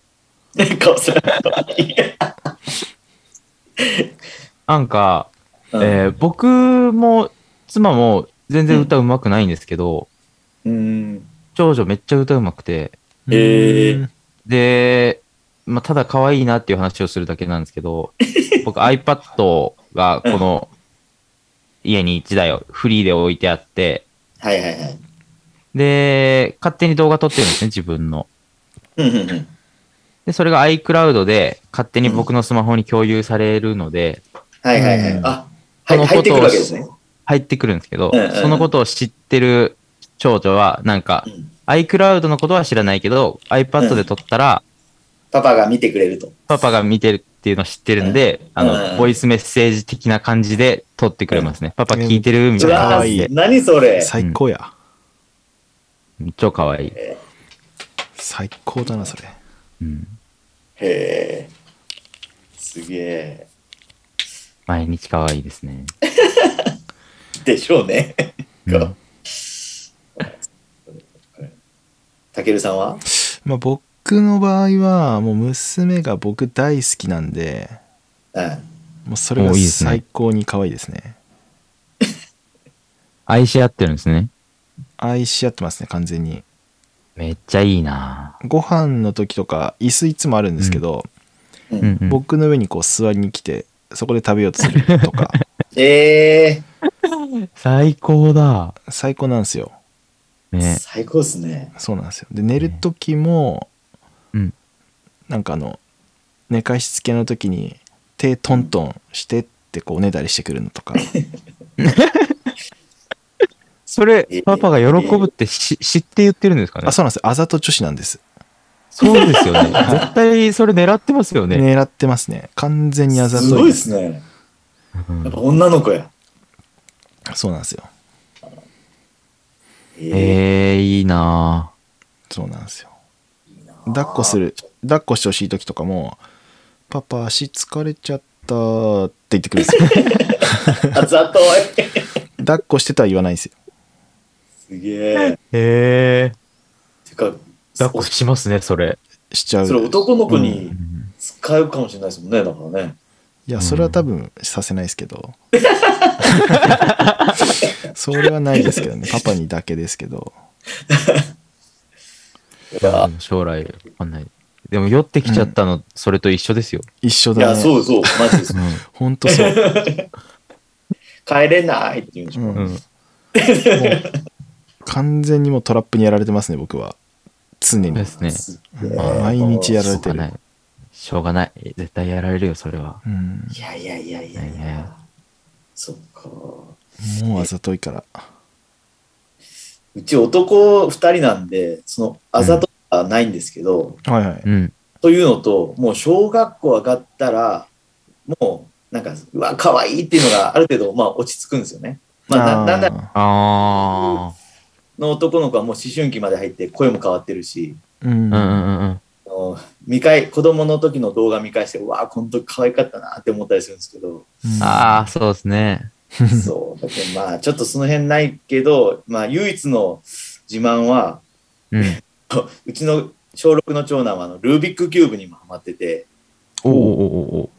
Speaker 4: 顔する。
Speaker 3: なんか、
Speaker 4: うん
Speaker 3: えー僕も妻も全然歌うまくないんですけど、
Speaker 4: うん。
Speaker 3: 長女めっちゃ歌うまくて、
Speaker 5: ー
Speaker 4: えー
Speaker 5: うん
Speaker 3: で、まあ、ただ可愛いなっていう話をするだけなんですけ ど、僕 iPad がこの家に1台をフリーで置いてあって、
Speaker 4: はいはいはい。
Speaker 3: で、勝手に動画撮ってるんですね、自分の。
Speaker 4: うんうんうん。
Speaker 3: で、それが iCloud で勝手に僕のスマホに共有されるので、
Speaker 4: はいはいはい。
Speaker 5: うん
Speaker 4: あ、
Speaker 3: こ
Speaker 4: はい、
Speaker 3: の
Speaker 4: 入
Speaker 3: こ
Speaker 4: って
Speaker 3: と
Speaker 4: く
Speaker 3: を
Speaker 4: るわけですね。
Speaker 3: 入ってくるんですけど
Speaker 4: うんうんうん、
Speaker 3: そのことを知ってる長女は、なんか
Speaker 4: う、ん
Speaker 3: iCloud のことは知らないけど、iPad で撮ったら、
Speaker 4: パパが見てくれると。
Speaker 3: パパが見てるっていうのを知ってるんで、あ
Speaker 4: う
Speaker 3: の、
Speaker 4: ん
Speaker 3: ボイスメッセージ的な感じで撮ってくれますね。パパ聞いてるみた
Speaker 4: う
Speaker 3: いな
Speaker 4: わ
Speaker 5: 可
Speaker 3: 感
Speaker 5: 愛
Speaker 3: じ
Speaker 5: い
Speaker 3: で
Speaker 4: ー。何それ。
Speaker 5: 最高や、
Speaker 3: 超可愛い。
Speaker 5: 最高だなそれ
Speaker 3: うん。
Speaker 4: へえ。すげえ。
Speaker 3: 毎日可愛いですね。
Speaker 4: でしょうね。
Speaker 3: うん
Speaker 4: たけるさんは
Speaker 5: まあ僕の場合はもう娘が僕大好きなんで
Speaker 4: うん。
Speaker 5: もうそれが
Speaker 3: おいいですね
Speaker 5: 最高に可愛いですね
Speaker 3: 愛し合ってるんですね。
Speaker 5: 愛し合ってますね完全に
Speaker 3: めっちゃいいな
Speaker 5: ご飯の時とか椅子いつもあるんですけど、
Speaker 3: ぁうんうん。
Speaker 5: 僕の上にこう座りに来てそこで食べようとする とか
Speaker 4: え
Speaker 3: 最高だ。
Speaker 5: 最高なんですよ
Speaker 4: え
Speaker 3: ね。
Speaker 4: 最高ですね。
Speaker 5: そうなんですよで寝る時も、
Speaker 3: うん
Speaker 5: なんかあの寝かしつけの時に手トントンしてってこうねだりしてくるの とか
Speaker 3: それ
Speaker 4: え、
Speaker 3: パパが喜ぶってし知って言ってるんですかね
Speaker 5: あそうなんですあざと女子なんです、
Speaker 3: そうですよ ね。絶対それ狙ってますよね。
Speaker 5: 狙ってますね完全にあざ
Speaker 4: す
Speaker 5: と
Speaker 4: ご
Speaker 5: い
Speaker 4: い
Speaker 5: で
Speaker 4: ですすね。
Speaker 3: うん
Speaker 4: やっぱ女の子や。
Speaker 5: そうなんですよ
Speaker 4: ええ。
Speaker 3: ええ、いいな
Speaker 5: そうなんですよ抱っこする抱っこしてほしい時とかも「パパ足疲れちゃった」って言ってくるんで すよ
Speaker 4: あざとい。
Speaker 5: 抱っこしてとは言わないんですよ
Speaker 4: すげえ。
Speaker 3: ぁ。ええ。
Speaker 4: てか、
Speaker 3: 抱っこしますね、それ。
Speaker 5: しちゃう
Speaker 4: それ男の子
Speaker 5: う
Speaker 4: に
Speaker 3: うん
Speaker 4: 使うかもしれないですもんね。だからね。
Speaker 5: いやそれは多分させないですけどそれはないですけどねパパにだけですけど
Speaker 4: いや、
Speaker 3: 将来わかんない。でも酔ってきちゃったの、それと一緒ですよ。
Speaker 5: 一緒
Speaker 4: いや
Speaker 5: だね
Speaker 4: そうそう。マ ジです。
Speaker 5: ほんとそう、
Speaker 4: 帰れないって言うんでし
Speaker 5: う
Speaker 4: ょ。
Speaker 5: ん
Speaker 3: う。
Speaker 5: もうん完全にもうトラップにやられてますね僕は常に、
Speaker 3: ですね。
Speaker 4: すげえ
Speaker 5: 毎日やられ
Speaker 3: しょ
Speaker 5: て
Speaker 3: うがな
Speaker 5: る
Speaker 3: い。しょうがない。絶対やられるよ、それは。
Speaker 5: うん
Speaker 4: いやいやいやいやいや。そっか。
Speaker 5: もうあざといから
Speaker 4: うち男2人なんで、そのあざとはないんですけど、
Speaker 5: はいはい
Speaker 3: うん。
Speaker 4: というのと、もう小学校上がったら、もうなんか、うわ、可愛いっていうのがある程度、まあ落ち着くんですよね。まあ、ななんだ
Speaker 5: あ
Speaker 3: あ
Speaker 4: の男の子はもう思春期まで入って声も変わってるし、
Speaker 5: ーうん
Speaker 3: ー。うんうんうん
Speaker 4: あの見返子供の時の動画見返して、うわ、この時可愛かったなって思ったりするんですけど、
Speaker 3: うん。ああ、そうですね。
Speaker 4: そう。だけどまあ、ちょっとその辺ないけど、まあ、唯一の自慢は、
Speaker 3: うん。
Speaker 4: うちの小6の長男はあのルービックキューブにもハマってて、
Speaker 3: おおおおお。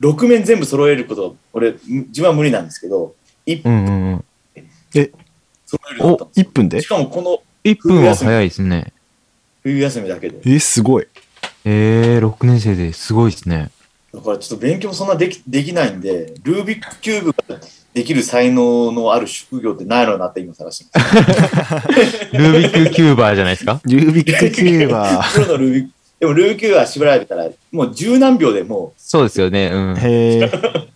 Speaker 4: 6面全部揃えること、俺、自分は無理なんですけど、1
Speaker 5: うんうんうん。
Speaker 4: 揃えるようになったん
Speaker 5: お、
Speaker 4: ですよ
Speaker 5: 1分で
Speaker 4: しかもこの
Speaker 3: 1分は早いですね。
Speaker 4: 冬休みだけで。
Speaker 5: え、すごい。
Speaker 3: えー、6年生ですごいですね。
Speaker 4: だからちょっと勉強そんなできできないんで、ルービックキューブができる才能のある職業ってないやろうなって今探してます。
Speaker 3: ルービックキューバーじゃないですか
Speaker 5: ルービックキューバ
Speaker 4: プロのルービック、でもルービックキューブは縛られたら、もう十何秒でも、
Speaker 3: そうですよね。う
Speaker 5: ー。
Speaker 3: ん。
Speaker 5: へえ。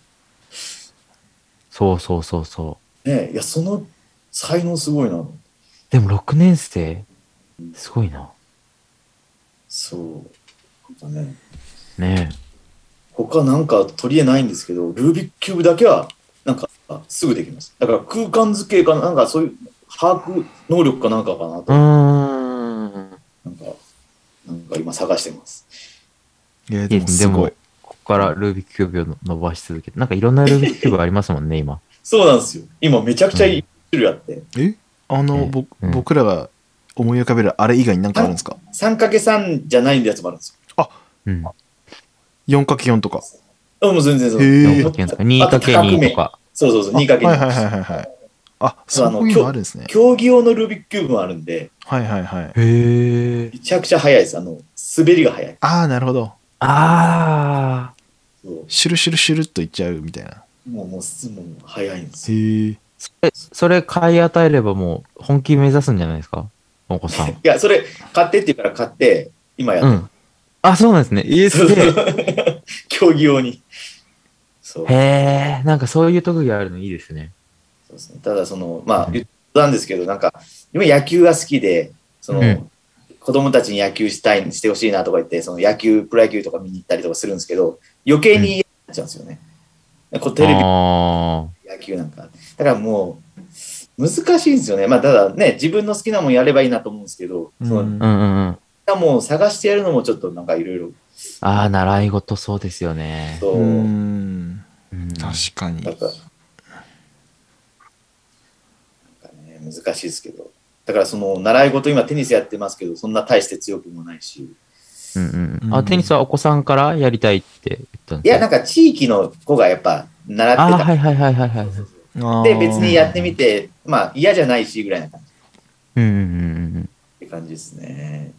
Speaker 3: そうそうそうそう
Speaker 4: ね、いや、その才能すごいな。
Speaker 3: う。でも6年生すごいな。
Speaker 4: そう。なんかね、
Speaker 3: ね
Speaker 4: 他なんか取り柄ないんですけど、ルービックキューブだけは、なんかすぐできます。だから空間図形かなんかそういう把握能力かなんかかな
Speaker 3: え。う
Speaker 4: と、
Speaker 3: ーん。
Speaker 4: なんか、なんか今探してます。
Speaker 5: いや、
Speaker 3: い
Speaker 5: で
Speaker 3: い
Speaker 5: も
Speaker 3: です
Speaker 5: す
Speaker 3: ね。で
Speaker 5: ご
Speaker 3: も
Speaker 5: い。、
Speaker 3: ここからルービックキューブを伸ばし続けて、なんかいろんなルービックキューブありますもんね、今。
Speaker 4: そうなんですよ。今めちゃくちゃいい種類あって。
Speaker 5: えあの、ぼ
Speaker 3: うん
Speaker 5: 僕らが思い浮かべるあれ以外に何かあるんですか
Speaker 4: 3×3 じゃないやつもあるんです
Speaker 3: うん。
Speaker 5: 4×4 とか。
Speaker 4: よ。あもう全然
Speaker 5: へ
Speaker 4: そう。
Speaker 5: え。
Speaker 3: 4か 2×2 とか。
Speaker 4: そうそうそう、
Speaker 5: あはいはい
Speaker 4: 2×2。
Speaker 5: はいはいはい。あ、
Speaker 4: そうあの
Speaker 5: そういうのあるんですね。
Speaker 4: 競技用のルービックキューブもあるんで、
Speaker 5: はいはいはい。
Speaker 3: へえ。
Speaker 4: めちゃくちゃ速いです。あの、滑りが速い。
Speaker 5: ああ、なるほど。
Speaker 3: ああ。
Speaker 4: そう
Speaker 5: シュルシュルシュルっといっちゃうみたいな。
Speaker 4: もう、もう、すもう速いんですよ。
Speaker 5: へえ。
Speaker 3: それ、それ買い与えればもう本気目指すんじゃないですかお子さ ん。
Speaker 4: いや、それ、買ってって言うから買って、今や
Speaker 3: う
Speaker 4: っ
Speaker 3: ん。あ、そうなんですね。えー、
Speaker 4: て
Speaker 3: す
Speaker 4: る
Speaker 3: げえ。
Speaker 4: 競技用に。そう。
Speaker 3: へえ、なんかそういう特技あるのいいですね。
Speaker 4: そうですね、ただそのま
Speaker 3: う
Speaker 4: あ
Speaker 3: ん
Speaker 4: 言ったんですけどなんか今野球が好きでその、
Speaker 3: うん
Speaker 4: 子供たちに野球したいしてほしいなとか言ってその野球プロ野球とか見に行ったりとかするんですけど余計に嫌になっちゃうんですよね、こうテレビ
Speaker 3: あ
Speaker 4: 野
Speaker 3: ー
Speaker 4: 球なんかだからもう難しいんですよねまあただね自分の好きなもんやればいいなと思うんですけど、その
Speaker 3: うんうんうん。
Speaker 4: もう探してやるのもちょっとなんかいろいろ
Speaker 3: ああ、習い事そうですよね。
Speaker 4: そうう、
Speaker 5: ん。
Speaker 3: うん
Speaker 5: 確かに
Speaker 4: なん。かなんかね、難しいですけどだからその習い事今テニスやってますけどそんな大して強くもないし
Speaker 3: うんうんうん
Speaker 5: う
Speaker 3: あ、
Speaker 5: ん
Speaker 3: テニスはお子さんからやりたいって言ったん
Speaker 4: い
Speaker 3: です
Speaker 4: やなんか地域の子がやっぱ習
Speaker 3: あ
Speaker 4: っ
Speaker 3: あー、
Speaker 4: て
Speaker 3: はいはいはいはいはい。うん
Speaker 5: あ
Speaker 4: た
Speaker 5: ー
Speaker 4: で別にやってみてまあ嫌じゃないしぐらいな感じっ
Speaker 3: うんうん
Speaker 4: て感じですね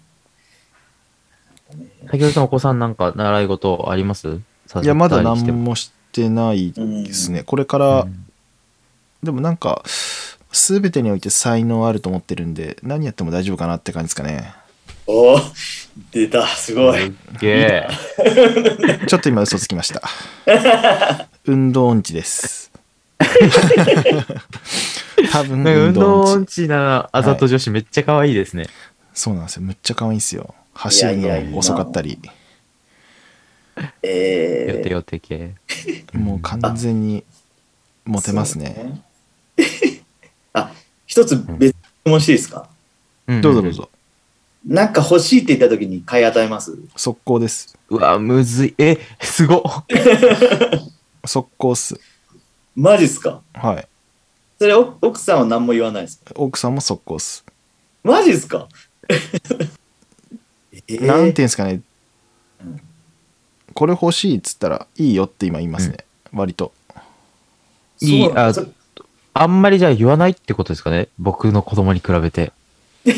Speaker 3: うん。先ほどさんお子さんなんか習い事あります
Speaker 5: いや、まだ
Speaker 3: させたりして
Speaker 5: 何もしてないですね。これから、でもなんか、すべてにおいて才能あると思ってるんで、何やっても大丈夫かなって感じですかね。
Speaker 4: おお出たすごい
Speaker 3: すっげえ。
Speaker 5: ちょっと今嘘つきました。 運動音痴です。多分
Speaker 3: なんか運
Speaker 5: 運
Speaker 3: 動
Speaker 5: 動
Speaker 3: 音
Speaker 5: 音痴。
Speaker 3: 痴なあざと女子めっちゃ可愛いですね。
Speaker 5: そうなんですよ。むっちゃ可愛いんですよ。走る
Speaker 4: いやいやい
Speaker 5: の
Speaker 4: や
Speaker 5: 遅かったり。
Speaker 4: え
Speaker 3: 予
Speaker 4: ー
Speaker 3: 定予定系。
Speaker 5: もう完全にモテます
Speaker 4: そう
Speaker 5: ね。
Speaker 4: ねあ一つ別の質問していいですか、
Speaker 3: うん
Speaker 5: どうぞどう。ぞ。
Speaker 4: なんか欲しいって言った時に買い与えます
Speaker 5: 速攻です。
Speaker 3: うわ、むずい。え、すごっ。
Speaker 5: 速攻っす。
Speaker 4: マジっすか
Speaker 5: はい。
Speaker 4: それお奥さんは何も言わないですか
Speaker 5: 奥さんも速攻っす。
Speaker 4: マジっすかえー
Speaker 5: なんていうんですかね
Speaker 4: うん。
Speaker 5: これ欲しいっつったら、いいよって今言いますね。割と。
Speaker 4: そう
Speaker 3: いいあ
Speaker 4: そ
Speaker 3: あんまりじゃあ言わないってことですかね。僕の子供に比べて。
Speaker 5: う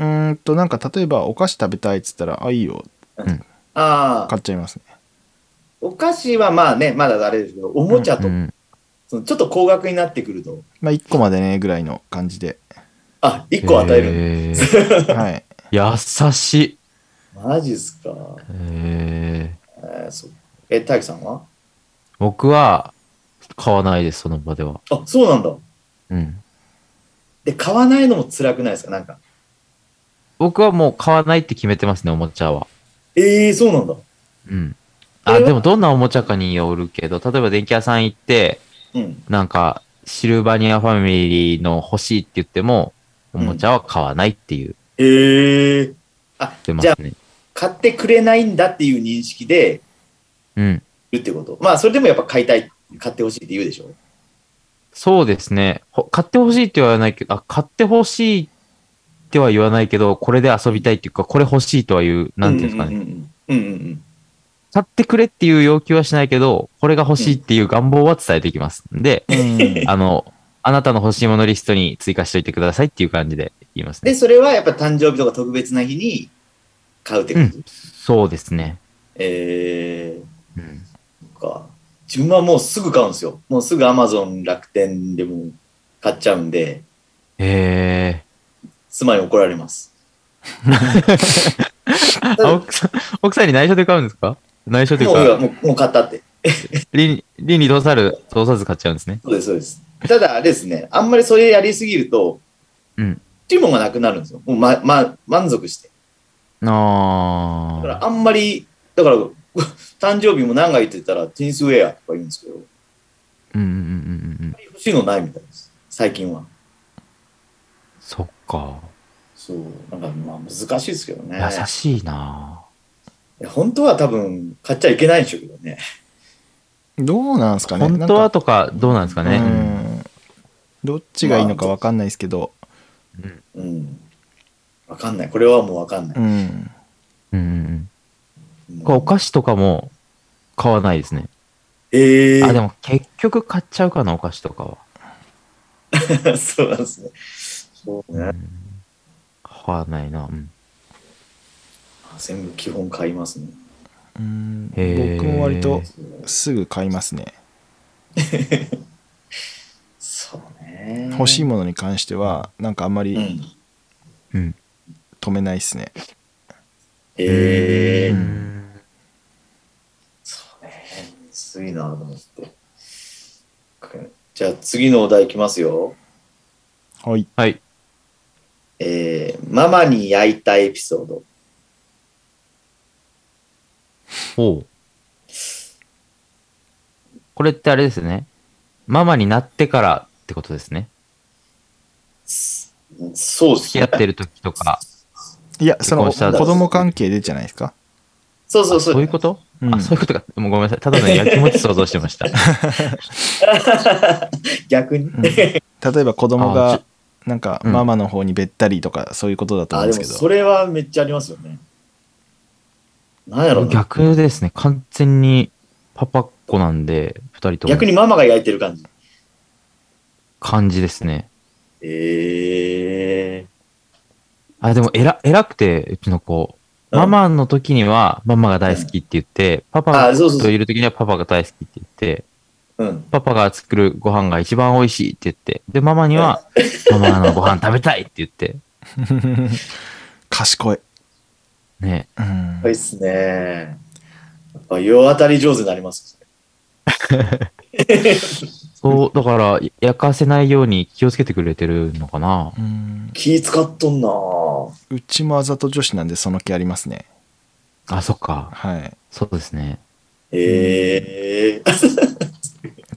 Speaker 5: ーんと、なんか例えばお菓子食べたいっつったら、あ、いいよ。
Speaker 4: ああ
Speaker 5: 買っちゃいますね。
Speaker 4: お菓子はまあねまだあれですけどおもちゃと、
Speaker 3: うん
Speaker 4: そのちょっと高額になってくると
Speaker 5: まあ、1個までね、ぐらいの感じ で。
Speaker 4: あ一1個与える、
Speaker 3: え
Speaker 5: はい。
Speaker 3: ー優しい。
Speaker 4: マジっすか
Speaker 3: えー
Speaker 4: えー、そうえ大樹さんは
Speaker 3: 僕は買わないです、その場では。
Speaker 4: あそうなんだ
Speaker 3: うん。
Speaker 4: で買わないのも辛くないですかなんか
Speaker 3: 僕はもう買わないって決めてますね、おもちゃは。
Speaker 4: えー、そうなんだ
Speaker 3: うん。
Speaker 4: え
Speaker 3: あ、
Speaker 4: ー
Speaker 3: でもどんなおもちゃかによるけど、例えば電気屋さん行って、
Speaker 4: うん
Speaker 3: なんか、シルバニアファミリーの欲しいって言っても、おもちゃは買わないって言っ
Speaker 4: えー、あ
Speaker 3: てま
Speaker 4: じゃあ
Speaker 3: すね。
Speaker 4: 買ってくれないんだっていう認識で
Speaker 3: うん。
Speaker 4: いるってことまあそれでもやっぱ買いたい買ってほしいって言うでしょ
Speaker 3: そうですね。ほ買ってほしいって言わないけど、あ、買ってほしいっては言わないけど、これで遊びたいっていうか、これ欲しいとは言う、なんていうんですかね。
Speaker 4: ねうんうんうんうんうん
Speaker 3: 買ってくれっていう要求はしないけど、これが欲しいっていう願望は伝えていきます。で、
Speaker 5: うん
Speaker 3: あの、あなたの欲しいものリストに追加しといてくださいっていう感じで言います
Speaker 4: で、
Speaker 3: ね。
Speaker 4: それはやっぱ誕生日とか特別な日に買うってこ
Speaker 3: う
Speaker 4: と、
Speaker 3: ん、そうですね。
Speaker 4: え
Speaker 3: うん、
Speaker 4: ー、か。自分はもうすぐ買うんですよ。もうすぐ Amazon、楽天でもう買っちゃうんで、
Speaker 3: え
Speaker 4: 妻に怒られます。
Speaker 3: ー、 あ奥さん、奥さんに内緒で買うんですか内緒とい
Speaker 4: もういうや
Speaker 3: か、
Speaker 4: もうもう買ったって。
Speaker 3: 倫倫理通さる、通さず買っちゃうんですね。
Speaker 4: そうです、そうです。ただ、あれですね、あんまりそれやりすぎると、
Speaker 3: うん
Speaker 4: 注文がなくなるんですよ。もう、ま、ま、満足して。
Speaker 3: あ
Speaker 4: だから、
Speaker 3: ー
Speaker 4: あんまり、だから、 誕生日も何が言ってたら、テニスウェアとか言うんですけど、
Speaker 3: うんうんうんうんうん。
Speaker 4: 欲しいのないみたいです、最近は。
Speaker 3: そっか。
Speaker 4: そう、なんか、まあ、難しいですけどね。
Speaker 3: 優しいなぁ
Speaker 4: いや本当は多分、買っちゃいけないんでしょうけどね。
Speaker 5: どうなんすかね
Speaker 3: 本当は
Speaker 5: と
Speaker 3: とか、どうなんですかね。うん
Speaker 5: どっちがいいのかわかんないですけど、
Speaker 4: うん。わかんない。これはもうわかんな
Speaker 5: う
Speaker 4: い。
Speaker 5: ん
Speaker 3: うんうんうん。
Speaker 4: うん
Speaker 3: これお菓子とかも買わないですね。
Speaker 4: ええ
Speaker 3: あ、でも結局買っちゃうかな、お菓子とかは。
Speaker 4: そうなんですね。そうね。
Speaker 3: 買わないな。うん
Speaker 4: 全部基本買いますね。
Speaker 5: うん
Speaker 3: へー
Speaker 5: 僕も割とすぐ買いますね
Speaker 4: そうね。
Speaker 5: 欲しいものに関してはなんかあんま
Speaker 4: う
Speaker 5: り
Speaker 4: ん。
Speaker 3: うん。
Speaker 5: 止めないですね、
Speaker 4: ええ
Speaker 5: うん
Speaker 4: そうね。むずいなと思って。じゃあ次のお題いきますよ。
Speaker 5: はい
Speaker 3: はい。
Speaker 4: えー、ママに焼いたエピソード。
Speaker 3: おうこれってあれですね。ママになってからってことですね。
Speaker 4: そうです
Speaker 3: 付き合ってる時とか。
Speaker 5: いやその
Speaker 3: 結婚した
Speaker 5: 子供関係でじゃないですか、
Speaker 4: そうそうそう。
Speaker 3: そういうこと、
Speaker 5: うん
Speaker 3: あ、そういうことか。もうごめんなさい。ただのやきもち想像してま した。
Speaker 4: 逆に。
Speaker 5: うん例えば子供
Speaker 3: あ
Speaker 5: が
Speaker 3: ち
Speaker 5: なんか
Speaker 3: うん
Speaker 5: ママの方にべったりとかそういうことだと思
Speaker 4: あ、
Speaker 5: うん
Speaker 4: で
Speaker 5: です
Speaker 4: も
Speaker 5: けど、
Speaker 4: それはめっちゃありますよね。なんやろな
Speaker 3: 逆ですね。完全にパパっ子なんで、二人とも
Speaker 4: 逆にママが焼いてる感じ。
Speaker 3: 感じですね。
Speaker 4: ええ
Speaker 3: あ、でも偉、偉くて、うちの子。
Speaker 4: うん
Speaker 3: ママの時にはママが大好きって言って、パパ
Speaker 4: あそうそうそう
Speaker 3: といる時にはパパが大好きって言って、
Speaker 4: うん。
Speaker 3: パパが作るご飯が一番美味しいって言って、で、ママには、ママのご飯食べたいって言って、
Speaker 5: 賢い、
Speaker 3: ね。
Speaker 5: うん
Speaker 4: はいっすね。やっぱ、世当たり上手になります。
Speaker 3: そう、だから、焼かせないように気をつけてくれてるのかな。
Speaker 5: うん
Speaker 4: 気使っとんなぁ
Speaker 5: うちもあざと女子なんでその気ありますね
Speaker 3: あ、そっか。
Speaker 5: はい
Speaker 3: そうですね。
Speaker 4: ええ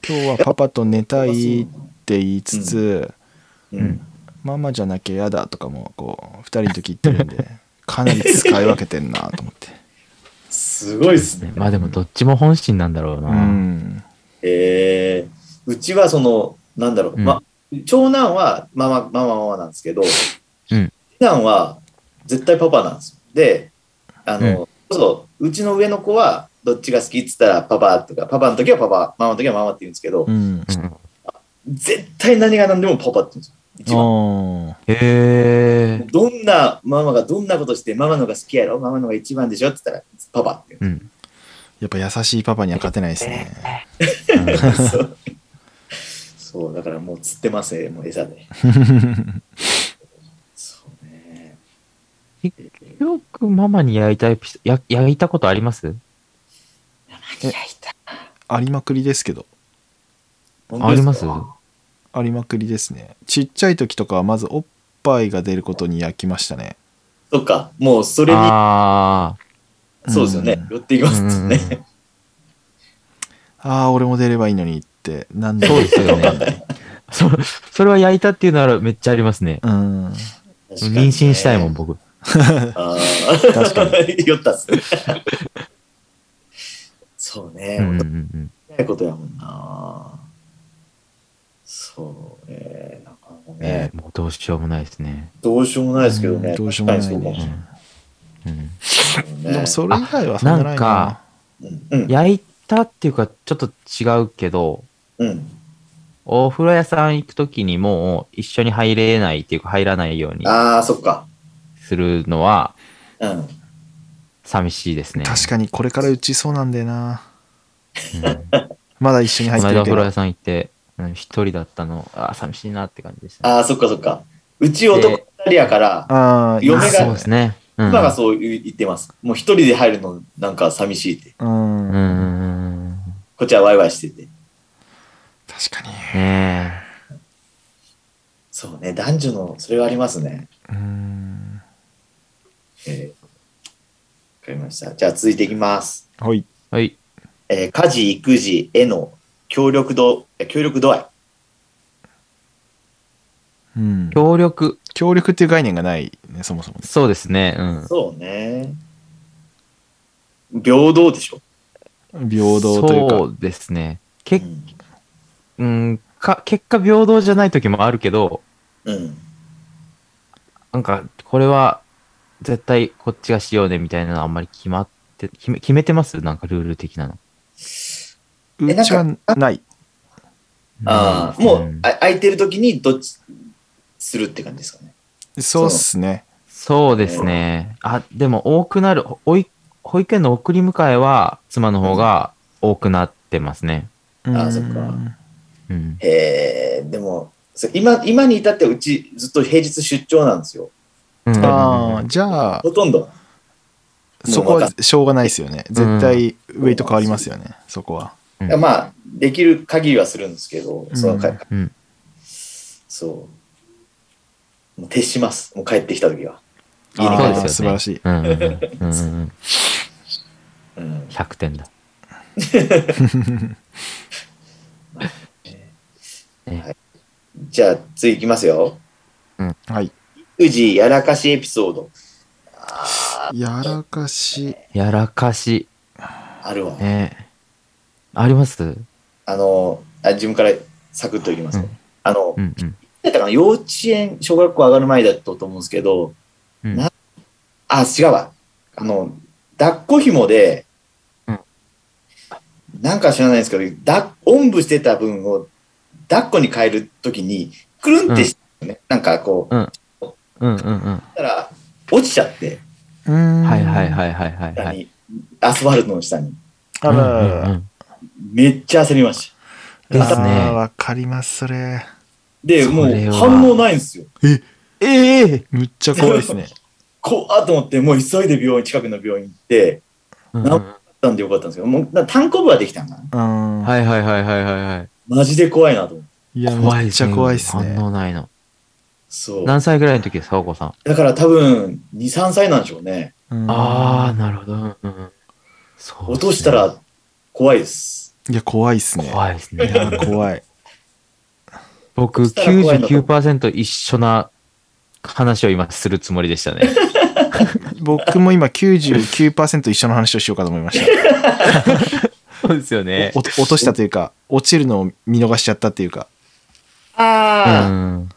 Speaker 5: 今日はパパと寝たいって言いつつ、
Speaker 4: うん。
Speaker 5: ママじゃなきゃ嫌だとかもこう2人の時言ってるん でかなり使い分けてんなと思って
Speaker 4: すごいっすね
Speaker 3: ね。まあでも、どっちも本心なんだ ろうな。
Speaker 5: うん
Speaker 4: ええうちはその、なんだろう、
Speaker 3: うん
Speaker 4: ま、長男はママ、ママ、ママなんですけど、
Speaker 3: うん
Speaker 4: 次男は絶対パパなんですよ。で、あの、そう、うちの上の子は、どっちが好きっつったらパパとか、パパの時はパパ、ママの時はママって言うんですけど、
Speaker 5: うん
Speaker 3: うん
Speaker 4: 絶対何が何でもパパって言うんですよ。一番。
Speaker 5: おー
Speaker 3: へえ。
Speaker 4: どんなママがどんなことしてママのが好きやろママのが一番でしょって言ったらパパって
Speaker 3: うん。
Speaker 5: やっぱ優しいパパには勝てないですね
Speaker 4: 言うんですよそうだからもう釣ってますねもう 餌でそうね
Speaker 3: よくママに焼いたエピソや焼いたことあります
Speaker 5: ありまくりですけど
Speaker 3: あります
Speaker 5: ありまくりですねちっちゃい時とかはまずおっぱいが出ることに焼きましたね
Speaker 4: そっかもうそれに
Speaker 3: あ
Speaker 4: そうですよね寄っていき
Speaker 3: あ。
Speaker 4: ますよね
Speaker 3: うん
Speaker 5: ああ俺も出ればいいのにってなんで
Speaker 3: そうですよね。 そそれは焼いたっていうならめっちゃありますね。
Speaker 5: うん
Speaker 3: 妊娠したいもん、
Speaker 4: 僕
Speaker 3: 僕。
Speaker 4: 確
Speaker 5: 確
Speaker 4: かに 寄ったっすねそうね、
Speaker 3: うんうんうん
Speaker 4: ないことやもんな。そうね。なんかもう
Speaker 3: え
Speaker 4: ね、
Speaker 3: ーもうどうしようもないですね。
Speaker 4: どうしようもないですけどね。
Speaker 5: うんどうしようもないね
Speaker 4: 確かにそうかもしれ
Speaker 3: うん
Speaker 4: ないね
Speaker 5: でもそれ以外はそんなない
Speaker 3: あなんか
Speaker 4: うん。
Speaker 3: 焼いたっていうか、ちょっと違うけど、
Speaker 4: うん。
Speaker 3: お風呂屋さん行くときにもう一緒に入れないっていうか入らないように
Speaker 4: ああ、そっか。
Speaker 3: するのは
Speaker 4: うん。
Speaker 3: 寂しいですね。
Speaker 5: 確かにこれから打ちそうなんだよな
Speaker 3: うん
Speaker 5: まだ一緒に入
Speaker 3: この間
Speaker 5: ってる
Speaker 3: お
Speaker 5: け
Speaker 3: 風呂
Speaker 5: ど
Speaker 3: 屋さん行って、うん一人だったの、あー寂しいなって感じでした、ね。
Speaker 4: ああ、そっかそっか。うち男2人やから、
Speaker 5: ああ
Speaker 4: 嫁が
Speaker 3: そうですね。うん
Speaker 4: 今がそう言ってます。もう一人で入るのなんか寂しいって。
Speaker 5: うん、
Speaker 3: うんうんうん。
Speaker 4: こっちはワイワイしてて。
Speaker 5: 確かに
Speaker 3: ね
Speaker 4: そうね、男女のそれはありますね。
Speaker 5: うん
Speaker 4: えーわかりました。じゃあ続いていきます。
Speaker 5: はい
Speaker 3: え。はい。
Speaker 4: えー家事、育児への協力度、え協力度合い。
Speaker 5: うん
Speaker 3: 協力。
Speaker 5: 協力っていう概念がないねそもそもね
Speaker 3: そうですね。うん。
Speaker 4: そうね。平等でしょ。
Speaker 5: 平等というか
Speaker 3: そうですね。け
Speaker 4: う
Speaker 3: う
Speaker 4: ん
Speaker 3: ん、か結果平等じゃない時もあるけど、
Speaker 4: うん。
Speaker 3: なんか、これは絶対こっちがしようねみたいなのあんまり決まって、決め決めてますなんかルール的なの。
Speaker 5: う
Speaker 4: えなん
Speaker 5: ち
Speaker 4: か
Speaker 5: はない
Speaker 4: ああ、
Speaker 3: ん
Speaker 4: もう、
Speaker 3: ん
Speaker 4: あ空いてる時にどっちするって感じですかね。
Speaker 5: そうっすね
Speaker 3: そうですね。あ、でも多くなる、おい保育園の送り迎えは妻の方が多くなってますね。
Speaker 5: うん
Speaker 4: あそっか
Speaker 3: うん。
Speaker 4: へえ、でも、そう今、今に至ってはうちずっと平日出張なんですよ。
Speaker 3: うん
Speaker 5: ああじゃあ
Speaker 4: ほとんど。
Speaker 5: そこはしょうがないですよね絶対ウェイト変わりますよねそこは
Speaker 3: うん
Speaker 4: まあ、できる限りはするんですけど、そのか、
Speaker 5: うん
Speaker 3: うん。
Speaker 4: そう。もう徹します。もう帰ってきた時は。家に
Speaker 3: そ
Speaker 4: 帰
Speaker 3: う
Speaker 4: っ
Speaker 3: で
Speaker 4: て
Speaker 3: す
Speaker 5: あ
Speaker 3: よ
Speaker 5: ー
Speaker 3: ね。
Speaker 5: 素晴らしい
Speaker 3: うんうんうん。うんうんうん
Speaker 4: うん
Speaker 3: 100点だ。
Speaker 4: じゃあ、次いきますよ。
Speaker 5: はい
Speaker 4: 育児やらかしエピソード。あ
Speaker 5: やらかし
Speaker 3: やらかし。
Speaker 4: ーあるわ。
Speaker 3: ねあります
Speaker 4: あのあ、自分からサクッといきますよ。
Speaker 3: うん
Speaker 4: あの、
Speaker 3: うんうん。
Speaker 4: だったかな幼稚園、小学校上がる前だったと思うんですけど、
Speaker 3: うん
Speaker 4: なあ、違うわ。あの、抱っこ紐で、
Speaker 3: うん
Speaker 4: なんか知らないんですけど、だおんぶしてた分を抱っこに変えるときに、くるんってして、ねなんかこう、
Speaker 3: うんうんうん。
Speaker 4: たら落ちちゃって、
Speaker 5: うん
Speaker 3: はいはい
Speaker 5: い
Speaker 3: はいはいはい、
Speaker 4: 下に
Speaker 3: はい。
Speaker 4: アスファルトの下に。
Speaker 5: あららら
Speaker 3: うんうんう
Speaker 5: ら
Speaker 3: ん
Speaker 4: めっちゃ焦りまし
Speaker 3: ですね
Speaker 5: あーわかりますそれ
Speaker 4: た。で、
Speaker 3: そ
Speaker 4: もう
Speaker 3: れは
Speaker 4: 反応ないんですよ。
Speaker 5: ええむっちゃ怖いですね
Speaker 4: こう、あと思って、もう急いで病院、近くの病院行って、
Speaker 3: うんうん
Speaker 4: あったんでよかったんですけど、もうな単行部はできたんかな。
Speaker 5: うん
Speaker 3: はいはいはいはいはいはい。
Speaker 4: マジで怖いなと思って。
Speaker 5: いや
Speaker 3: 怖い
Speaker 5: めっ
Speaker 3: で
Speaker 5: ち
Speaker 3: す
Speaker 5: ゃ
Speaker 3: ね。
Speaker 5: 怖いです
Speaker 3: 反
Speaker 5: ね
Speaker 3: 応ないの。
Speaker 4: そう。
Speaker 3: 何歳ぐらいの時ですか、お子さん。
Speaker 4: だから多分、2、3歳なんでしょうね。
Speaker 3: ああ、
Speaker 5: あ
Speaker 3: なるほど。うんうん、そう
Speaker 4: 落としたら怖いです。
Speaker 5: いや怖いですね
Speaker 3: 怖いです
Speaker 5: いや
Speaker 3: ね。
Speaker 5: 怖い
Speaker 3: 僕、
Speaker 4: 落としたら怖いのか
Speaker 3: 99%一緒な話を今するつもりでしたね。
Speaker 5: 僕も今99%一緒の話をしようかと思いました
Speaker 3: そうですよね
Speaker 5: お。落としたというか落ちるのを見逃しちゃったっていうか
Speaker 4: ああ、
Speaker 3: ん、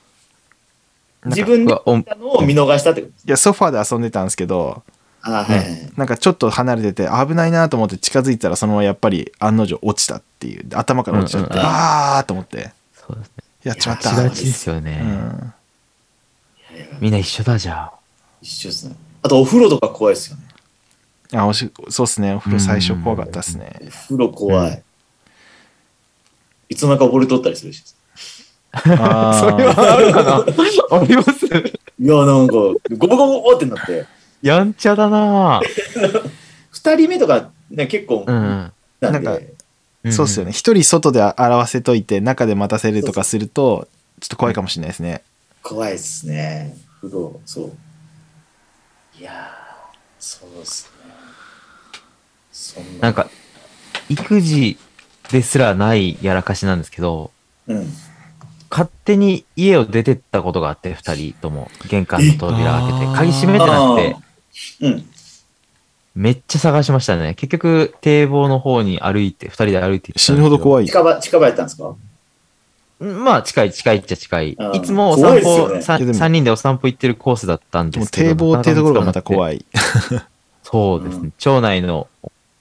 Speaker 4: 自分で
Speaker 3: うわおん
Speaker 4: 見たのを見逃したってこと
Speaker 5: いやソファーで遊んでたんですけど
Speaker 4: ああ、はいはいはい。
Speaker 5: なんかちょっと離れてて危ないなと思って近づいたらそのままやっぱり案の定落ちたっていう頭から落ちちゃって、
Speaker 3: うんうんうん
Speaker 5: ああと思って
Speaker 3: そうですね。
Speaker 5: やっちまっ
Speaker 3: したがちですよね、
Speaker 5: うん、
Speaker 3: みんな一緒だじゃあ。
Speaker 4: 一緒ですね。あと、お風呂とか怖いですよね。
Speaker 5: あおしそうっすねお風呂最初怖かったっすね
Speaker 4: お風呂怖い。いつの間にか溺れとったりするし。
Speaker 5: あー
Speaker 3: それはあるかなあります
Speaker 4: いや、なんか、ゴボゴボゴボってなって、
Speaker 3: やんちゃだな
Speaker 4: 2人目とか、ね、結構
Speaker 3: うん
Speaker 4: なん
Speaker 5: なん
Speaker 4: で、
Speaker 3: うん。
Speaker 5: そうっすよね一人外で洗わせといて中で待たせるとかするとちょっと怖いかもしれないですね
Speaker 4: 怖いですね。風呂、そう。いやー、そうですね。そん
Speaker 3: なん、か、育児ですらないやらかしなんですけど、
Speaker 4: うん。
Speaker 3: 勝手に家を出てったことがあって、二人とも玄関の扉を開け
Speaker 5: え
Speaker 3: て、鍵閉めてなくて、
Speaker 4: うん。
Speaker 3: めっちゃ探しましたね。結局、堤防の方に歩いて、二人で歩いて行った
Speaker 5: 死
Speaker 3: んですけ
Speaker 5: ぬほど怖い
Speaker 4: 近場、近場やったんですか
Speaker 3: まあ、近い、近いっちゃ近い。
Speaker 4: うん
Speaker 3: いつもお
Speaker 4: 怖
Speaker 3: 散
Speaker 4: いですよね
Speaker 3: 歩、さ
Speaker 5: いやで
Speaker 3: ん
Speaker 5: も
Speaker 3: 三人でお散歩行ってるコースだったん
Speaker 5: で
Speaker 3: で
Speaker 5: も
Speaker 3: すけど。
Speaker 5: 堤防っていうところがまた
Speaker 3: い。
Speaker 5: 怖い
Speaker 3: そうです
Speaker 4: う
Speaker 3: ね。町内の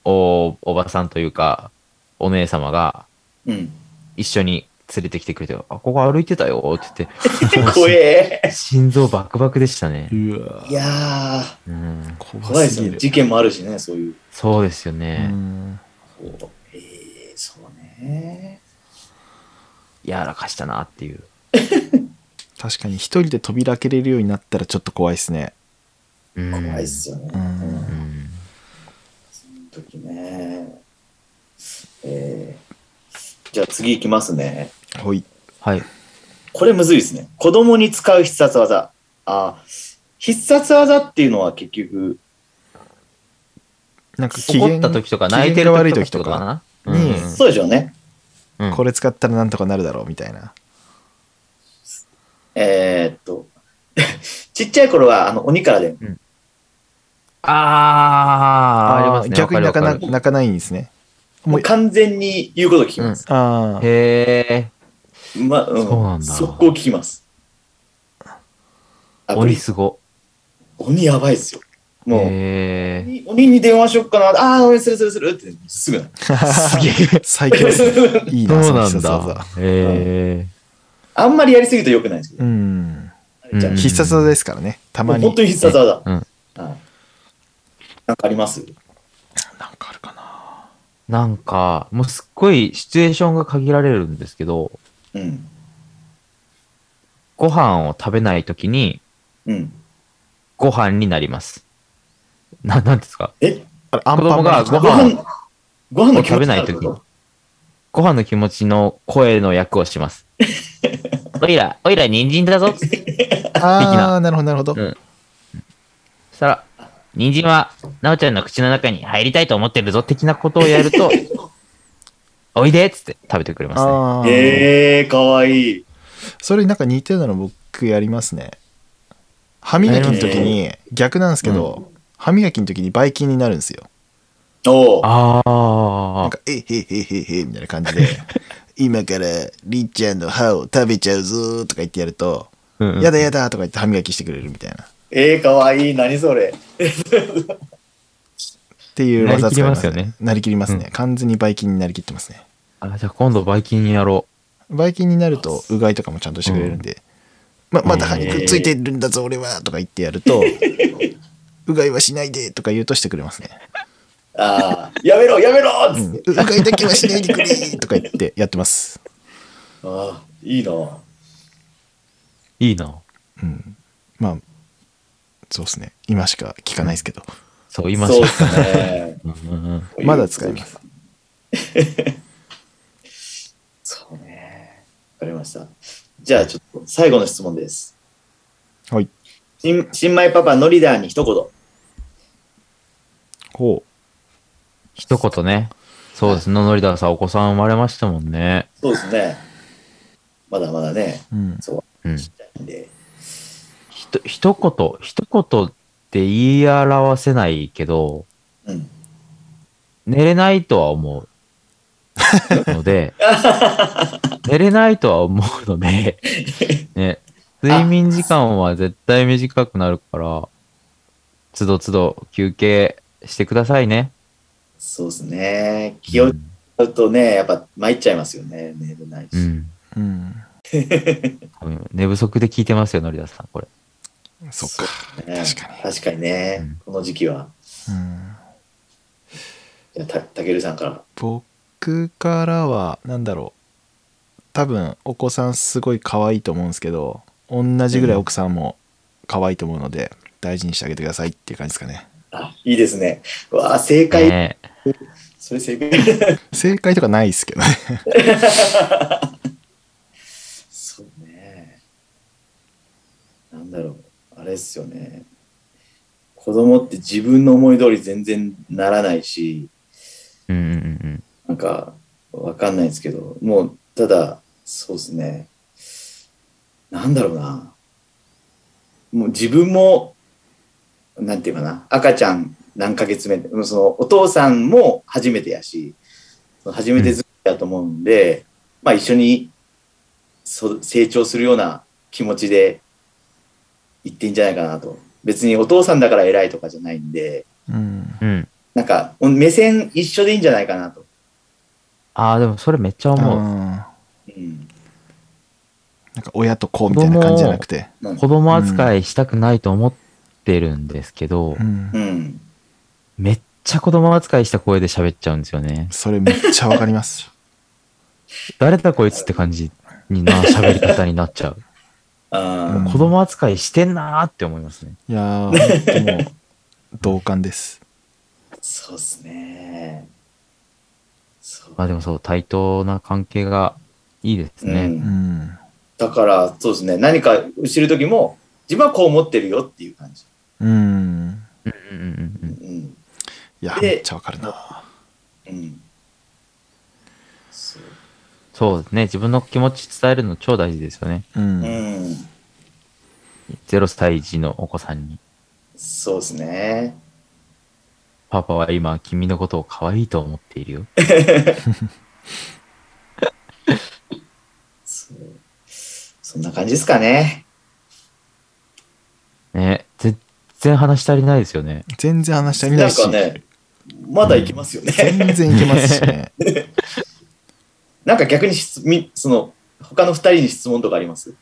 Speaker 3: おおばさんというかお姉様が
Speaker 4: うん。
Speaker 3: 一緒に連れてきてくれて「あここ歩いてたよ」って言っ
Speaker 4: 怖え。
Speaker 3: て心臓バクバクでしたね、
Speaker 5: うわ
Speaker 4: いやー、
Speaker 3: うん、
Speaker 4: 怖い
Speaker 5: 怖
Speaker 4: です
Speaker 5: す
Speaker 4: よ
Speaker 5: ぎ
Speaker 4: ね。
Speaker 5: る
Speaker 4: 事件もあるしね、そういう。
Speaker 3: そうですよ
Speaker 5: う
Speaker 3: ね、
Speaker 5: ん
Speaker 4: こうえー、そうね。
Speaker 3: やらかしたなっていう
Speaker 5: 確かに一人で扉開けれるようになったらちょっと怖いですね
Speaker 3: うん
Speaker 4: 怖いっすよね。う
Speaker 5: う
Speaker 4: んん
Speaker 3: うん
Speaker 4: 時ね。えーじゃあ次いきますね。
Speaker 5: ほい
Speaker 3: はい
Speaker 4: これむずいですね。子供に使う必殺技。あー必殺技っていうのは結局、
Speaker 5: なんか機
Speaker 3: 怒
Speaker 5: 嫌
Speaker 3: った時とか泣いてる
Speaker 5: 機嫌が悪い
Speaker 3: 時
Speaker 5: 時
Speaker 3: と
Speaker 5: と
Speaker 3: か
Speaker 5: か
Speaker 3: かな
Speaker 5: に
Speaker 3: うん
Speaker 4: そうでしょうね。
Speaker 3: うん
Speaker 5: これ使ったらなんとかなるだろうみたいな
Speaker 4: えーっと、 ちっちゃい頃はあの鬼からで、
Speaker 3: あーありますね
Speaker 5: 逆に
Speaker 3: わ
Speaker 5: 泣か
Speaker 3: る
Speaker 5: な
Speaker 3: わる
Speaker 5: 泣かないんですねも
Speaker 4: も
Speaker 5: う
Speaker 4: う完全に言うこと聞きます。
Speaker 5: ああ
Speaker 3: へえ
Speaker 4: まうん、
Speaker 3: そうなんだ
Speaker 4: 速攻聞きます。あ
Speaker 3: 鬼すご
Speaker 4: 鬼やばいっすよ。もう、
Speaker 3: へえ
Speaker 4: 鬼鬼に電話しよっかな。ああ、鬼するするするって、す ぐなる。
Speaker 5: すげえ最強ですねいい
Speaker 3: そ
Speaker 5: な
Speaker 3: う
Speaker 5: その
Speaker 3: なん
Speaker 5: 必殺
Speaker 3: だ
Speaker 5: 技
Speaker 3: へえ
Speaker 4: あんまりやりすぎると良くないですけ
Speaker 5: う
Speaker 4: ど。
Speaker 5: ん
Speaker 4: あれじゃあ
Speaker 3: うん
Speaker 5: 必殺技ですからねた
Speaker 4: も
Speaker 5: ま
Speaker 4: う
Speaker 5: に
Speaker 4: 本当に必殺技。
Speaker 3: うん
Speaker 4: はいなんかあります
Speaker 5: なんかあるかな
Speaker 3: なんかもうすっごいシチュエーションが限られるんですけど
Speaker 4: うん。
Speaker 3: ご飯を食べない時に
Speaker 4: うん。
Speaker 3: ご飯になりますななんですか
Speaker 4: え
Speaker 5: あれアン
Speaker 3: 子
Speaker 5: パンマ
Speaker 3: 供がご
Speaker 5: ン
Speaker 4: ご
Speaker 3: 飯
Speaker 4: 飯、ご飯の
Speaker 3: を食
Speaker 4: 気持ち
Speaker 3: べ
Speaker 4: に
Speaker 3: ない
Speaker 4: るって
Speaker 3: 時
Speaker 4: こ
Speaker 3: ご飯の気持ちの声の役をしますおいらおいら人参だぞっつって
Speaker 5: ああなるほどなるほど、
Speaker 3: うんそしたら、人参は、なおちゃんの口の中に入りたいと思ってるぞ、的なことをやると、おいでっつって食べてくれますね。
Speaker 5: あ
Speaker 4: と
Speaker 5: あ、
Speaker 4: ええー、かわいい。
Speaker 5: それなんか似てるの僕やりますね歯磨きの時に逆なんですけど、歯磨きの時にばい菌になるんですよ
Speaker 4: おう
Speaker 3: あ
Speaker 5: なん
Speaker 3: あ。
Speaker 5: か「えへへへへ」みたいな感 じで「今からりっちゃんの歯を食べちゃうぞ」とか言ってやると
Speaker 3: うん
Speaker 5: 「
Speaker 3: うん
Speaker 5: やだやだ」とか言って歯磨きしてくれるみたいなっ
Speaker 4: ええー、かわいい。何それ。
Speaker 5: ていう技使いま
Speaker 3: なりきりま
Speaker 5: す
Speaker 3: すよね
Speaker 5: ねなりきりますね、
Speaker 3: う
Speaker 5: 完全にばい菌になりきってますね
Speaker 3: あじゃあ今度バイキンやろ
Speaker 5: ばい菌になるとうがいとかもちゃんとしてくれるんで「ままだ歯にくっついてるんだぞ俺は」とか言ってやる と「うがいはしないで」とか言うとしてくれますね
Speaker 4: ああ、やめろ、やめろっ
Speaker 5: う
Speaker 4: つ
Speaker 5: ん
Speaker 4: って。
Speaker 5: うがいだけはしないでくれ とか言ってやってます。
Speaker 4: ああ、いいな。
Speaker 3: う。いいな。
Speaker 5: うん、まあ、そうですね。今しか聞かないですけど。
Speaker 3: そう、今
Speaker 4: そう
Speaker 3: し
Speaker 4: で
Speaker 3: か。
Speaker 4: すね。
Speaker 3: うんうんうん
Speaker 5: まだ使います。
Speaker 4: そうね。わかりました。じゃあ、ちょっと最後の質問です。
Speaker 5: はい。
Speaker 4: 新新米パパ、ノリダーに一言。
Speaker 5: ほ
Speaker 3: 一言ね。そうですね。ノリダーさん、お子さん生まれましたもんね。
Speaker 4: そうですね。まだまだね、
Speaker 5: う。うん。
Speaker 4: そう
Speaker 3: うん。
Speaker 4: ちっちゃいんで。
Speaker 3: ひと、一言、一言って言い表せないけど、
Speaker 4: うん。
Speaker 3: 寝れないとは思う。ので、寝れないとは思うので、ね、睡眠時間は絶対短くなるから、つどつど休憩してくださいね。
Speaker 4: そうですね。気を使うとね、やっぱ参っちゃいますよね。寝れないし。
Speaker 3: うん。
Speaker 5: うん。
Speaker 3: うん寝不足で聞いてますよ、のりださん、これ。
Speaker 5: そっか。
Speaker 4: ね
Speaker 5: 確かに
Speaker 4: 確かにね、
Speaker 3: うん
Speaker 4: この時期は。
Speaker 5: うん、
Speaker 4: じゃあた、たけるさんから。
Speaker 5: 僕からは、なんだろう。多分、お子さんすごい可愛いと思うんですけど、同じぐらい奥さんも可愛いと思うので、大事にしてあげてくださいっていう感じですかね。
Speaker 4: あ、いいですね。わあ、正解。
Speaker 3: ね
Speaker 4: それ正解。
Speaker 5: 正解とかないですけどね。
Speaker 4: そうね。なんだろう、あれっすよね。子供って自分の思い通り全然ならないし、
Speaker 3: うんうんうん
Speaker 4: なんかわかんないですけど、もうただ、そうですね。なんだろうな。もう自分も、なんていうかな、赤ちゃん何ヶ月目で、もうそのお父さんも初めてやし、その初めてずっだと思うんで、まあ一緒にそ成長するような気持ちでいってんじゃないかなと。別にお父さんだから偉いとかじゃないんで、
Speaker 5: うん。
Speaker 3: うん。うん。
Speaker 4: なんか、目線一緒でいいんじゃないかなと。
Speaker 3: ああ、でもそれめっちゃ
Speaker 5: う
Speaker 3: 思う。
Speaker 5: ん
Speaker 4: うん。
Speaker 5: なんか親と子みたいな感じじゃなくて。
Speaker 4: なん
Speaker 3: 子供扱いしたくないと思ってるんですけど、
Speaker 5: うん
Speaker 4: うん。
Speaker 3: めっちゃ子供扱いした声で喋っちゃうんですよね。
Speaker 5: それめっちゃわかります。
Speaker 3: 誰だこいつって感じに な、喋り方になっちゃう。
Speaker 4: あ
Speaker 5: うん
Speaker 3: 子供扱いしてんなーって思いますね。
Speaker 5: いやー、ほんともう、同感です。
Speaker 4: あ、そうっすね。そう。
Speaker 3: まあでもそう、対等な関係がいいです
Speaker 4: う
Speaker 3: ね。
Speaker 5: うんん。
Speaker 4: だから、そうですね。何か知る時も、自分はこう思ってるよっていう感じ。
Speaker 5: うん。
Speaker 3: うんうんうん
Speaker 4: うん。
Speaker 5: いや、
Speaker 4: で
Speaker 5: めっちゃわかるな。
Speaker 4: うん。そう。
Speaker 3: そうですね。自分の気持ち伝えるの超大事ですよね。
Speaker 5: う。
Speaker 4: うんん。
Speaker 3: 0歳児のお子さんに。
Speaker 4: そうですね。
Speaker 3: パパは今君のことを可愛いと思っているよ。
Speaker 4: そうそんな感じですかね。
Speaker 3: ね、全然話足りないですよね。
Speaker 5: 全然話したりな
Speaker 4: ないん
Speaker 5: し、
Speaker 4: かね、まだいきますよね。
Speaker 5: 全然いけます しね。
Speaker 4: なんか逆に質みその他の2人に質問とかあります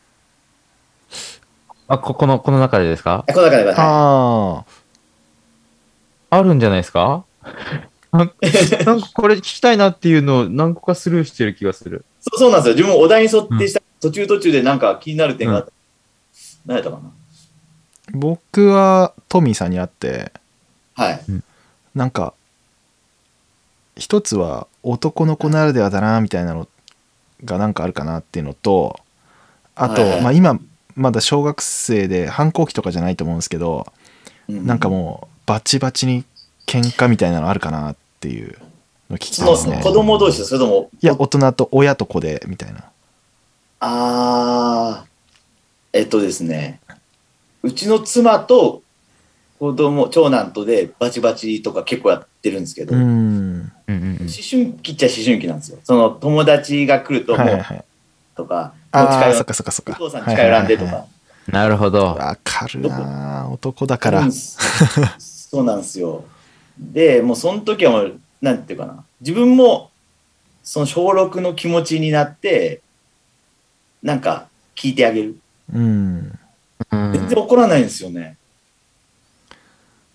Speaker 3: あ、ここの、この中でですか
Speaker 4: あこの中では、は
Speaker 5: ああ、
Speaker 3: あるんじゃないですか なんなんかこれ聞きたいなっていうのを何個かスルーしてる気がする
Speaker 4: い。、そうそうなんですよ。自分もお題に沿ってした、途中途中でなんか気になる点があった。何やったかな
Speaker 5: 僕はトミーさんに会って、
Speaker 4: はい。
Speaker 5: なんか、一つは男の子ならではだな、みたいなのがなんかあるかなっていうのと、あと、
Speaker 4: はいはい
Speaker 5: まあ今、まだ小学生で反抗期とかじゃないと思うんですけど、なんかもうバチバチに喧嘩みたいなのあるかなっていうの聞き
Speaker 4: そ
Speaker 5: たい
Speaker 4: の
Speaker 5: です
Speaker 4: その
Speaker 5: ね。
Speaker 4: 子供同士でそれとも、
Speaker 5: いや、大人と親と子でみたいな。
Speaker 4: あー、えっとですね、うちの妻と子供、長男とでバチバチとか結構やってるんですけど、
Speaker 5: う
Speaker 4: 思
Speaker 5: ん。
Speaker 3: うんうんうん、
Speaker 4: 春期っちゃ思春期なんですよ。その友達が来ると
Speaker 5: は
Speaker 4: も
Speaker 5: いはいうはい。
Speaker 4: とか、もう
Speaker 5: あ
Speaker 4: 近
Speaker 5: あ、
Speaker 4: 寄
Speaker 5: そ
Speaker 4: ら
Speaker 5: っかそっかそっ
Speaker 4: お
Speaker 5: か。
Speaker 4: 父さん近寄らんでとか。
Speaker 3: なるほど。
Speaker 5: わかるなー男だか
Speaker 4: う
Speaker 5: ら
Speaker 4: ん。そうなんですよ。で、もうその時はもう、なんていうかな、自分もその小6の気持ちになって、なんか聞いてあげる。
Speaker 5: うん。
Speaker 3: うん
Speaker 4: 全然怒らないんですよね。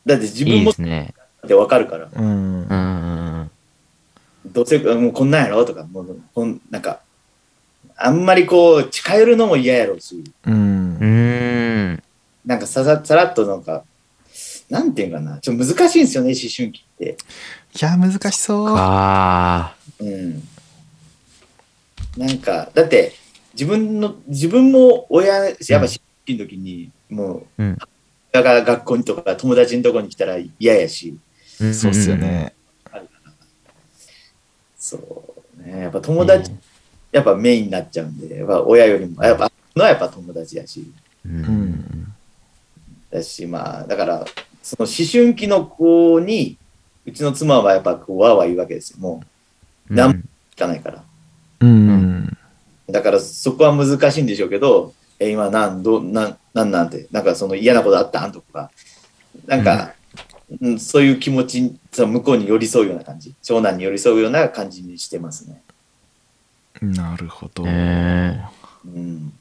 Speaker 4: だって自
Speaker 3: い
Speaker 4: 分
Speaker 3: いで
Speaker 4: もっ
Speaker 3: すね。
Speaker 4: てわかるから、
Speaker 5: うん
Speaker 3: う。んうんうん。
Speaker 4: どうせもうこんなんやろとか、もうこんなんか、あんまりこう近寄るのも嫌やろし、
Speaker 5: う。
Speaker 3: うんーん。
Speaker 4: なんかさささらっとなんか、なんていうかな、ちょっと難しいんですよね、思春期って。
Speaker 5: いや、難しそう。
Speaker 3: あ
Speaker 4: うんなんかだって自分の自分も親やっぱ思春期の時に、もう
Speaker 3: あ。うん。
Speaker 4: だから学校にとか友達のとこに来たら嫌やし
Speaker 5: そうっすよね。
Speaker 4: そうねやっぱ友達、やっぱメインになっちゃうんでやっぱ親よりもやっぱのはやっぱ友達やし
Speaker 3: うん。う
Speaker 5: うん
Speaker 3: ん。
Speaker 4: だしまあだからその思春期の子にうちの妻はやっぱこうわーわー言うわけですよも
Speaker 3: う
Speaker 4: な
Speaker 3: ん。
Speaker 4: んう聞かないから
Speaker 5: うん。
Speaker 4: だからそこは難しいんでしょうけど、え今なんどなんなんなんてなんかその嫌なことあったんとかなんか、うん、そういう気持ちその向こうに寄り添うような感じ長男に寄り添うような感じにしてますね。
Speaker 5: なるほど。
Speaker 3: え
Speaker 4: うん、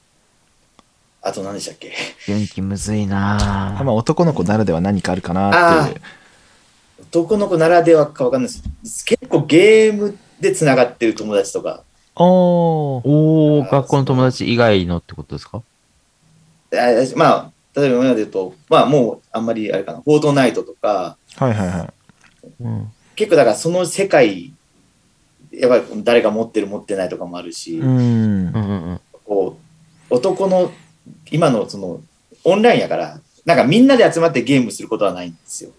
Speaker 4: あと何でしたっけ
Speaker 3: ー、元気むずいな
Speaker 5: あ
Speaker 3: ぁ
Speaker 5: まあ、男の子ならでは何かあるかなっていう。
Speaker 4: 男の子ならではかわかんないです結構ゲームでつながってる友達とか
Speaker 5: おー。
Speaker 3: おお
Speaker 4: あー
Speaker 3: 学校の友達以外のってことですか
Speaker 4: あまあ例えば今まで言うとまあもうあんまりあれかな「フォートナイト」とか
Speaker 5: はいはいはい。
Speaker 3: うん。
Speaker 4: 結構だからその世界やっぱり誰が持ってる持ってないとかもあるし、
Speaker 5: うん
Speaker 3: う。んうん
Speaker 4: こう男の今のそのオンラインやからなんかみんなで集まってゲームすることはないんですよ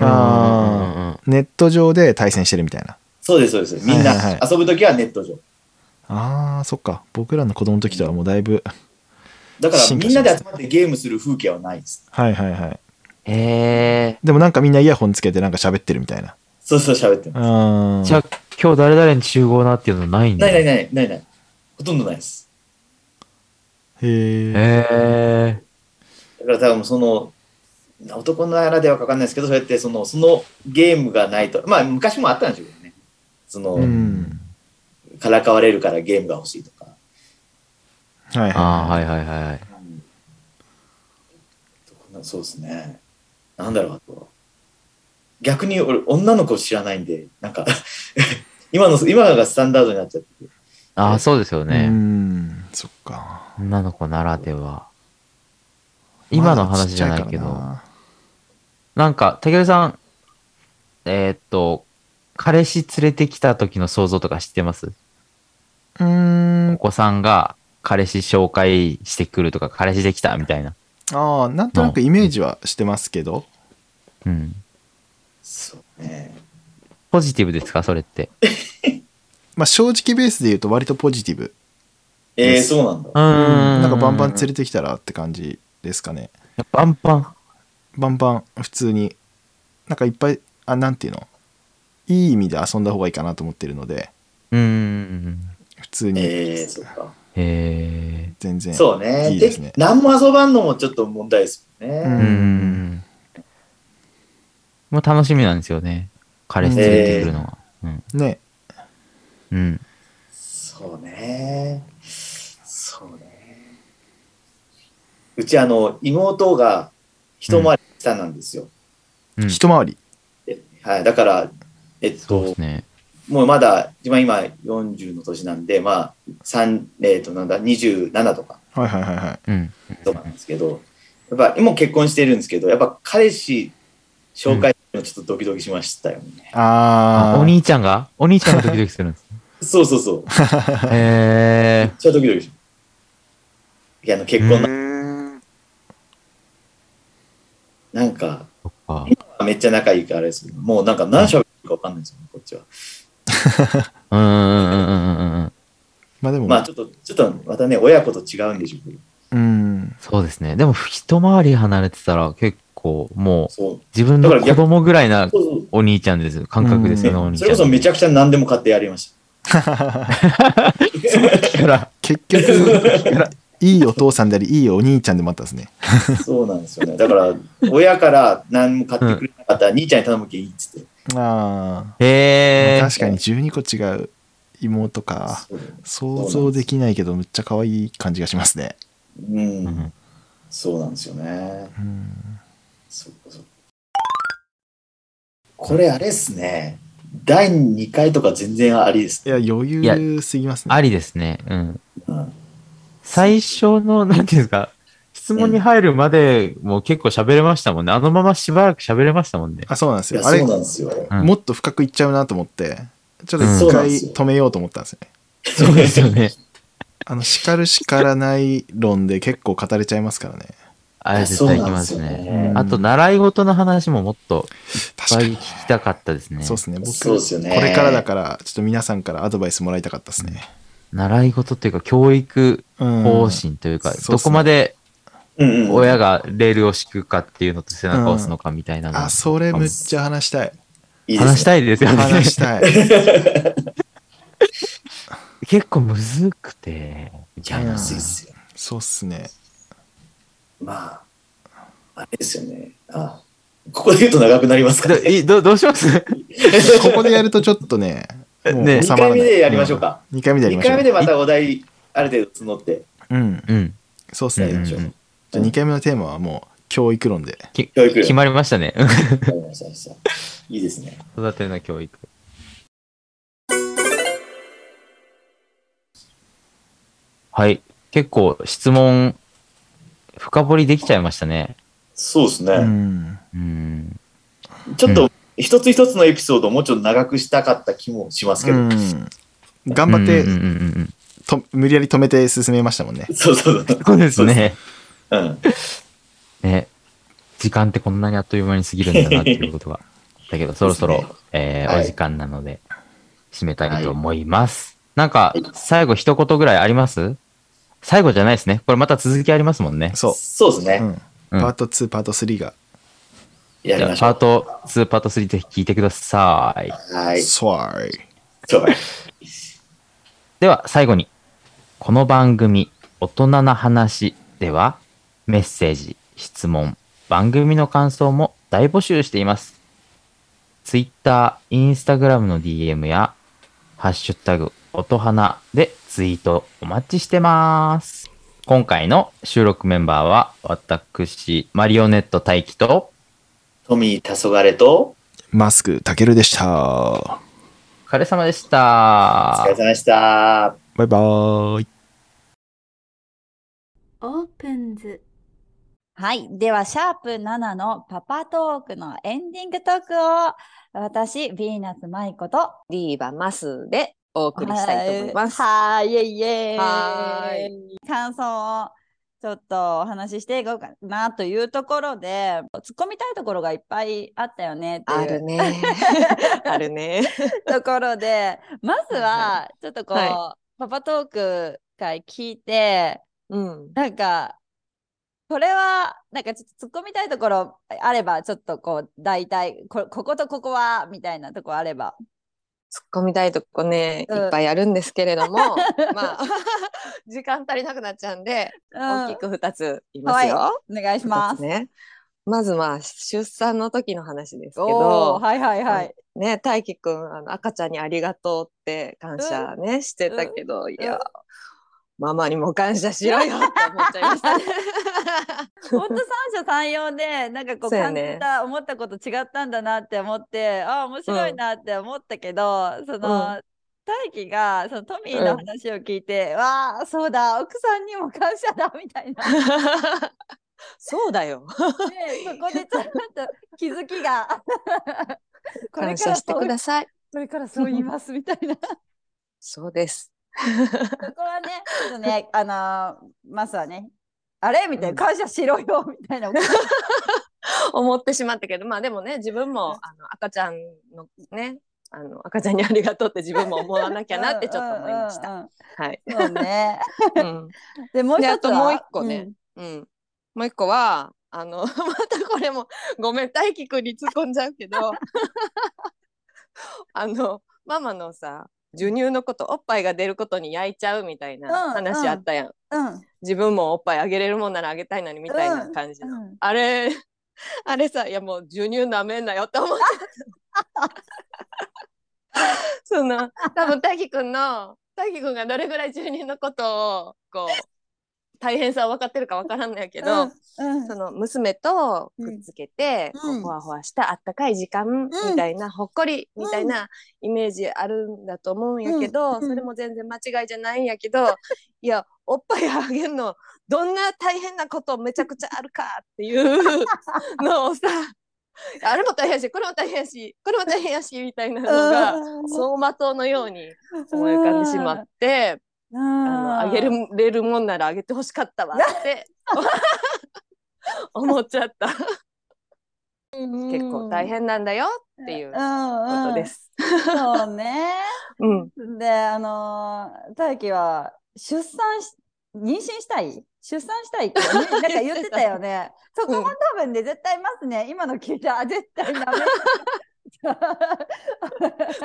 Speaker 5: あ
Speaker 3: あ。
Speaker 5: ネット上で対戦してるみたいな。
Speaker 4: そうですそうですみんな
Speaker 5: はいはいは
Speaker 4: 遊ぶ時はネット上
Speaker 5: ああ、そっか。僕らの子供の時とはもうだいぶ。
Speaker 4: だか
Speaker 5: 進
Speaker 4: ら
Speaker 5: 化
Speaker 4: みんなで集まってゲームする風景はないです
Speaker 5: はいはいはい。
Speaker 3: へえ。
Speaker 5: でもなんかみんなイヤホンつけてなんか喋ってるみたいな。
Speaker 4: そうそう喋ってます
Speaker 5: あ
Speaker 3: じゃあ今日誰々に集合なっていうのないんだ。
Speaker 4: ないない
Speaker 3: へ
Speaker 4: ないないないほとんどないです
Speaker 5: へえ。
Speaker 3: え。
Speaker 4: だから多分その男ならではかわかんないですけど、そうやってその、そのゲームがないと、まあ昔もあったんでしょうけどね。その、
Speaker 5: うん。
Speaker 4: からかわれるからゲームが欲しいとか。
Speaker 5: はい
Speaker 3: ああ、
Speaker 5: は
Speaker 3: はいはいはい。
Speaker 4: そうですね。なんだろう、あとは。逆に俺、女の子知らないんで、なんか、 今の、今がスタンダードになっちゃってて。
Speaker 3: ああ、そうですよ
Speaker 5: い。う
Speaker 3: ね。
Speaker 5: ん。そっか。
Speaker 3: 女の子ならでは。今の話じゃないけど、
Speaker 5: まだ
Speaker 3: なんか、武部さん、えーっと、彼氏連れてきた時の想像とか知ってます
Speaker 5: ちっちゃいからなうー
Speaker 3: お
Speaker 5: ん。
Speaker 3: 子さんが彼氏紹介してくるとか、彼氏できたみたいな。
Speaker 5: ああ、なんとなくイメージはしてますけど。
Speaker 3: うん。
Speaker 4: そうね。
Speaker 3: ポジティブですかそれって。
Speaker 5: まあ正直ベースで言うと割とポジティブ。
Speaker 4: えー、そうなんだ。
Speaker 3: うーん。
Speaker 5: なんかバンバン連
Speaker 3: れ、
Speaker 5: れてきたらって感じですかね。
Speaker 3: バンバン。
Speaker 5: バンバン普通に、なんかいっぱい、あ、なんていうのいい意味で遊んだ方がいいかなと思ってるので、
Speaker 3: うーん。
Speaker 5: 普通に
Speaker 4: えー、そっか。
Speaker 3: へ
Speaker 5: 全然。
Speaker 4: そうね。
Speaker 5: いいですね
Speaker 4: で、何も遊ばんのもちょっと問題ですよね。
Speaker 5: う
Speaker 3: え。
Speaker 5: ん
Speaker 3: うーん。もう楽しみなんですよね。彼氏連れてくるのは。うん。
Speaker 5: ね。
Speaker 3: うん。
Speaker 4: そうね。そうね。うち、あの、妹が一回り下なんですよ。
Speaker 3: うん
Speaker 5: 一回り。
Speaker 4: ではい。だから、えっ
Speaker 3: そうで
Speaker 4: と
Speaker 3: す、ね。
Speaker 4: もうまだ、自分今40の年なんで、まあ、三えっと、なんだ、27とか、
Speaker 5: はいはいはいはい。
Speaker 3: うん。
Speaker 4: とかなんですけど、やっぱ、もう結婚してるんですけど、やっぱ彼氏紹介するのちょっとドキドキしましたよね。
Speaker 5: あ
Speaker 3: あ
Speaker 5: ー。
Speaker 3: お兄ちゃんがお兄ちゃんがドキドキするんです。
Speaker 4: そうそうそう。
Speaker 3: へえ。
Speaker 4: めっちゃドキドキしますいや、あの、結婚の、なんか、
Speaker 3: そっか。
Speaker 4: めっちゃ仲いいからあれですけど、もうなんか何喋るか分かんないですよね、こっちは。
Speaker 3: うんうんうんうんうんうん。
Speaker 5: まあでも、
Speaker 4: まあちょっと、ちょっとまたね、親子と違うんでしょうけど、
Speaker 5: うん。
Speaker 3: そうですね。でも、一回り離れてたら結構もう
Speaker 4: そう。
Speaker 3: 自分の子供ぐらいな
Speaker 4: そうそう
Speaker 3: お兄ちゃんですよ。感覚ですよね、
Speaker 5: う
Speaker 3: お兄
Speaker 4: そ
Speaker 3: ち
Speaker 4: れ
Speaker 3: ゃ
Speaker 4: こ
Speaker 3: ん。
Speaker 4: そめちゃくちゃ何でも買ってやりまし
Speaker 3: から
Speaker 5: 結 局、いいお父さんであり、いいお兄ちゃんでもあったんですね。
Speaker 4: た。そうなんですよね。だから、親から何も買ってくれなかったら、兄ちゃんに頼むけいいっつって。
Speaker 5: あ
Speaker 3: へ
Speaker 5: ー。
Speaker 3: え。
Speaker 5: 確かに12個違う妹か。
Speaker 4: そうだよね
Speaker 5: 想像できないけど、むっちゃ可愛い感じがしますね。
Speaker 4: うん、
Speaker 3: うん
Speaker 4: そうなんですよね。
Speaker 5: うん。
Speaker 4: そうそうこれあれっすね。第2回とか全然ありです
Speaker 5: いや、余
Speaker 3: いや
Speaker 5: 裕すぎますね。
Speaker 3: ありですね。うん。
Speaker 4: うん
Speaker 3: 最初の、なんていうんですか、質問に入るまでもう結構喋れましたもんね。あのまましばらく喋れましたもんね。
Speaker 5: あ、そうなんで
Speaker 4: い
Speaker 5: す
Speaker 4: や
Speaker 5: よ。あれ
Speaker 4: そう、なんですよ。
Speaker 3: うん
Speaker 5: もっと深くいっちゃうなと思って、ちょっと
Speaker 3: うん
Speaker 5: 一
Speaker 4: そうなん
Speaker 5: 回
Speaker 4: ですよ
Speaker 5: 止めようと思ったんですよね。
Speaker 3: そうです よね。
Speaker 5: あの、叱る叱らない論で結構語れちゃいますからね。
Speaker 3: あれ絶対行きます
Speaker 4: いやそうなんです
Speaker 3: ね。
Speaker 4: よね
Speaker 5: うん
Speaker 3: あと、習い事の話ももっといっ
Speaker 5: 確
Speaker 3: ぱ
Speaker 5: か
Speaker 3: い
Speaker 5: に。
Speaker 3: 聞きたかったですね。
Speaker 5: そうですね。僕、
Speaker 4: そうですよね。
Speaker 5: これからだから、ちょっと皆さんからアドバイスもらいたかったですね。
Speaker 3: 習い事っていうか、教育
Speaker 5: うん。
Speaker 3: 方針というか、
Speaker 5: うんそうっすね
Speaker 3: どこまで
Speaker 4: うんうん、
Speaker 3: 親がレールを敷くかっていうのと背中を押すのかみたいなの、
Speaker 5: あ、それむっちゃ話したい。
Speaker 4: いいですね
Speaker 3: 話したいですよね。
Speaker 5: 話したい。
Speaker 3: 結構むずくて。み
Speaker 4: いや
Speaker 3: たいな
Speaker 4: むずいっすよ。
Speaker 5: そうっすね。
Speaker 4: まあ、あれですよね。あここで言うと長くなりますか
Speaker 3: ど
Speaker 4: らね。
Speaker 3: いどどうします
Speaker 5: ここでやるとちょっとね、もう
Speaker 3: ね
Speaker 5: 収
Speaker 4: 2
Speaker 5: まら
Speaker 4: 回
Speaker 5: ない
Speaker 4: 目でやりましょうか。
Speaker 5: 2回目でやり
Speaker 4: 2
Speaker 5: ましょ
Speaker 4: 回
Speaker 5: う。
Speaker 4: 目でまたお題、ある程度募って
Speaker 5: うん。
Speaker 3: うん。
Speaker 5: そうっす
Speaker 4: や
Speaker 5: ね。
Speaker 4: りまし
Speaker 5: じ
Speaker 4: ょ
Speaker 5: ゃ
Speaker 4: う。
Speaker 3: うん
Speaker 5: あ2回目のテーマはもう、教育論で。
Speaker 3: き
Speaker 4: 教育
Speaker 3: 決まりましたね。
Speaker 4: わかりましたわかりましたいいですね。
Speaker 3: 育ての教育。はい。結構質問、深掘りできちゃいましたね。
Speaker 4: そうです
Speaker 5: う
Speaker 4: ね。
Speaker 5: ん。
Speaker 3: うん。
Speaker 4: ちょっと、一つ一つのエピソードをもうちょっと長くしたかった気もしますけ
Speaker 5: う
Speaker 4: ど。
Speaker 5: ん頑張って、
Speaker 3: うんうんうんうん
Speaker 5: と無理やり止めて進めましたもんね。
Speaker 4: そうそうそう
Speaker 3: うん。。そうですね。
Speaker 4: うん。
Speaker 3: ね。時間ってこんなにあっという間に過ぎるんだなっていうこと が。だけど、そろそろ、
Speaker 4: そうで
Speaker 3: えー
Speaker 4: はい
Speaker 3: お時間なので、締めたいと思います。なんか
Speaker 4: はい、
Speaker 3: 最後一言ぐらいあります最後じゃないですね。これまた続きありますもんね。
Speaker 5: そ
Speaker 4: そうです
Speaker 5: う。う
Speaker 4: ね。
Speaker 5: ん。
Speaker 3: うん
Speaker 5: パート2、パート3が。
Speaker 3: じ
Speaker 4: やり
Speaker 3: ゃあ
Speaker 4: ましょ
Speaker 3: パー
Speaker 4: う。
Speaker 3: ト2、パート3ぜひ聞いてください。
Speaker 4: はい。
Speaker 5: Sorry。
Speaker 4: そう
Speaker 3: では最後に、この番組、大人な話では、メッセージ、質問、番組の感想も大募集しています。Twitter、Instagram の DM や、ハッシュタグ、音花でツイートお待ちしてます。今回の収録メンバーは、私、マリオネット大輝と、
Speaker 4: トミー・タソガレと、
Speaker 5: マスクたけるでした。
Speaker 3: お疲れ様でし
Speaker 4: お
Speaker 3: た
Speaker 4: 疲れ。様でした。
Speaker 5: バイバーイ。
Speaker 1: オープンズ。
Speaker 2: はい。では、シャープ7のパパトークのエンディングトークを、私、ヴィーナス舞子と
Speaker 6: リーバマスでお
Speaker 2: お
Speaker 6: 送りしたいと思います。
Speaker 2: はい、イェイイェイ。
Speaker 6: はー
Speaker 2: 感想をちょっとお話ししていこうかなというところで、突っ込みたいところがいっぱいあったよねって
Speaker 6: あ
Speaker 2: い
Speaker 6: る
Speaker 2: う
Speaker 6: ね。あるね。
Speaker 2: ところで、まず
Speaker 6: はい
Speaker 2: は、ちょっとこう、
Speaker 6: は
Speaker 2: パパトーク会聞いて、
Speaker 6: うん。
Speaker 2: なんか、これは、なんかちょっと突っ込みたいところあれば、ちょっとこう、大体、ここことここは、みたいなとこあれば。
Speaker 6: 突っ込みたいとこね、
Speaker 2: うん
Speaker 6: いっぱいあるんですけれども、 まあ、 時間足りなくなっちゃうんで、
Speaker 2: うん、
Speaker 6: 大きく二ついますよ。
Speaker 2: お願いしま
Speaker 6: 二つ
Speaker 2: す。
Speaker 6: ね。まずまあ、出産の時の話ですけ
Speaker 2: お
Speaker 6: ど
Speaker 2: ー、はいはいはい。
Speaker 6: ね、大輝くん、あの赤ちゃんにありがとうって感謝ね、してたけど、いや、
Speaker 2: うん
Speaker 6: ママにも感謝しろよって思っちゃいまし たね。
Speaker 2: 本当三者三様でなんかこう
Speaker 6: そうや
Speaker 2: 感じ
Speaker 6: ね
Speaker 2: た、思ったこと違ったんだなって思ってああ面白いなって思ったけど、その、大輝がそのトミーの話を聞いて、わあそうだ奥さんにも感謝だみたいなで
Speaker 6: そう だよ。
Speaker 2: そこでちょっと気づき がこれ
Speaker 6: 感
Speaker 2: か
Speaker 6: 謝
Speaker 2: ら
Speaker 6: して
Speaker 2: そう
Speaker 6: ください。
Speaker 2: これからそう言いますみたいな そ
Speaker 6: そうです。
Speaker 2: こはねちょっとねあのーマスはねあれみたい
Speaker 6: うん
Speaker 2: な感謝しろよみ たいな、
Speaker 6: 思ってしまったけど、まあでもね、自分もあの赤ちゃんのね、あの赤ちゃんにありがとうって自分も思わなきゃなってちょっと思いまし
Speaker 2: う
Speaker 6: た。
Speaker 2: んうん
Speaker 6: はい。
Speaker 2: うんうんそうね
Speaker 6: うん
Speaker 2: でもう
Speaker 6: で
Speaker 2: 一
Speaker 6: あ
Speaker 2: つ
Speaker 6: と
Speaker 2: は
Speaker 6: もう一個ね
Speaker 2: ん
Speaker 6: うん、もう一個はあの またこれもごめん大輝くんに突っ込んじゃうけど あのママのさ授乳のことおっぱいが出ることに焼いちゃうみたい
Speaker 2: うん
Speaker 6: な話あったやん、
Speaker 2: うん
Speaker 6: 自分もおっぱいあげれるもんならあげたいのにみたいな感じの、
Speaker 2: うん
Speaker 6: あれあれさいやもう授乳なめんなよって思っちゃったその多分大輝くんの大輝くんがどれぐらい授乳のことをこう大変さを分かってるか分からんのやけど、
Speaker 2: うんうん
Speaker 6: その娘とくっつけて、
Speaker 2: うん
Speaker 6: こう
Speaker 2: うん
Speaker 6: ほわほわしたあったかい時間みたいな、ほっこりみたいなイメージあるんだと思うんやけど、
Speaker 2: うんうん
Speaker 6: それも全然間違いじゃないんやけ ど、いやおっぱいあげんのどんな大変なことめちゃくちゃあるかっていうの をさあれも大変やしこれも大変やしこれも大変やしみたいなのが
Speaker 2: う
Speaker 6: 走馬灯のように思い浮かんでしまって、
Speaker 2: あ
Speaker 6: あのあげるれるもんならあげてほしかったわって 思っちゃった。結構大変なんだよっていうことで、す。
Speaker 2: うんうん、そうね
Speaker 6: うん、
Speaker 2: であのー大輝は出産し妊娠したい出産したい って、ね、なんか言ってたよねそこも多分ね絶対いますね今の聞いたらあ絶対ダメ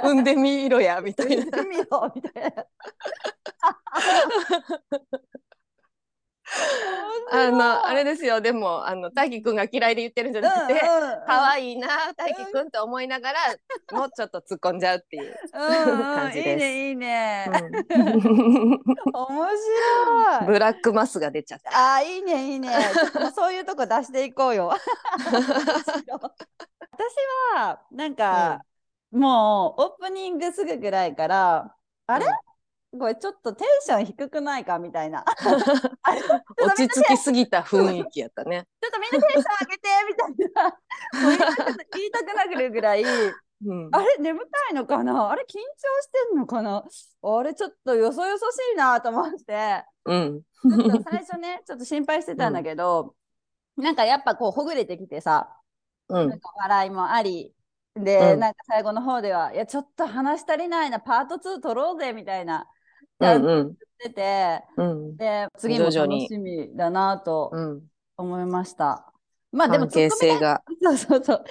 Speaker 6: 産んでみろやみたいな。
Speaker 2: 見ろみたいな
Speaker 6: あのあれですよ。でもあの大輝くんが嫌いで言ってるんじゃなくて、可
Speaker 2: い
Speaker 6: 愛いな大輝くんと思いながらもうちょっと突っ込んじゃうっていう。感じ
Speaker 2: いい
Speaker 6: です
Speaker 2: ねいいね、
Speaker 6: うん
Speaker 2: 面白い
Speaker 6: ブラックマスが出ちゃった。
Speaker 2: あーいいねいいねちょっともうそういうとこ出していこうよ 私はなんか、もうオープニングすぐぐらいからあれ、これちょっとテンション低くないかみたい なちょっ
Speaker 6: 落ち着きすぎた雰囲気やったね。
Speaker 2: とみんなテンション上げてみたい なもう言いたくな言いたくなくるぐらい
Speaker 6: うん
Speaker 2: あれ眠たいのかなあれ緊張してんのかなあれちょっとよそよそしいなと思 って。
Speaker 6: うん。
Speaker 2: ちょっと最初ね、ちょっと心配してたんだけど、なんかやっぱこうほぐれてきてさ、
Speaker 6: う
Speaker 2: なん
Speaker 6: ん。
Speaker 2: か笑いもあり、で、
Speaker 6: うん
Speaker 2: なんか最後の方では、いや、ちょっと話し足りないな、パート2取ろうぜ、みたいな、
Speaker 6: うんうん
Speaker 2: 出て、
Speaker 6: うん
Speaker 2: で、次も
Speaker 6: 徐
Speaker 2: 楽
Speaker 6: 々に
Speaker 2: しみだなと
Speaker 6: うん。
Speaker 2: 思いました。まあでも、
Speaker 6: 関
Speaker 2: 突っ
Speaker 6: 係
Speaker 2: 込み
Speaker 6: 性
Speaker 2: たい、
Speaker 6: が。
Speaker 2: そうそうそう、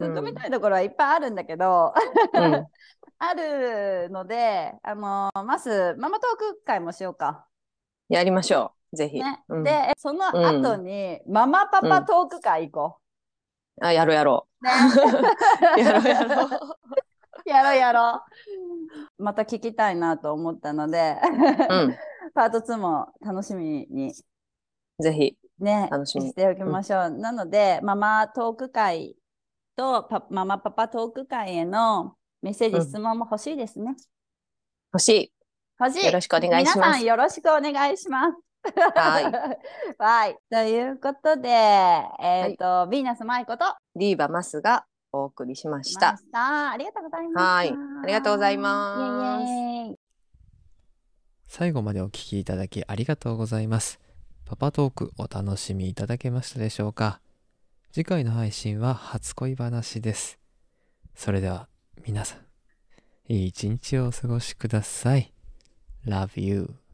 Speaker 6: う
Speaker 2: 突
Speaker 6: ん
Speaker 2: っ込みたいところはいっぱいあるんだけど、
Speaker 6: うん。
Speaker 2: あるので、あのまず、ママトーク会もしようか。
Speaker 6: やりましょぜひ。
Speaker 2: ね
Speaker 6: うん
Speaker 2: で、その後に、ママパパトーク会行こ
Speaker 6: あ、やろうやろ
Speaker 2: う。ね
Speaker 6: う。 やろうやろう。
Speaker 2: やろうやろう。また聞きたいなと思ったので、
Speaker 6: うん。
Speaker 2: パート2も楽しみに
Speaker 6: ぜひ。
Speaker 2: ね、
Speaker 6: 楽しみ
Speaker 2: ておきましょう。なので、ママトーク会とパママパパトーク会へのメッセージ、
Speaker 6: うん
Speaker 2: 質問も欲しいですね。
Speaker 6: 欲し
Speaker 2: 欲しい。
Speaker 6: よろしくお願いします
Speaker 2: 皆さんよろしくお願いします。
Speaker 6: い。はい。
Speaker 2: い。 はい。ということで、えっ、と、ヴィーナス舞子と
Speaker 6: リーバマスがお送りしまし
Speaker 2: ま
Speaker 6: た。
Speaker 2: した。ありがとうございます。
Speaker 6: はいありがとうございます
Speaker 2: イエイイエイ
Speaker 1: 最後までお聞きいただきありがとうございます。パパトークお楽しみいただけましたでしょうか次回の配信は初恋話です。それでは皆さん、いい一日をお過ごしください。Love you.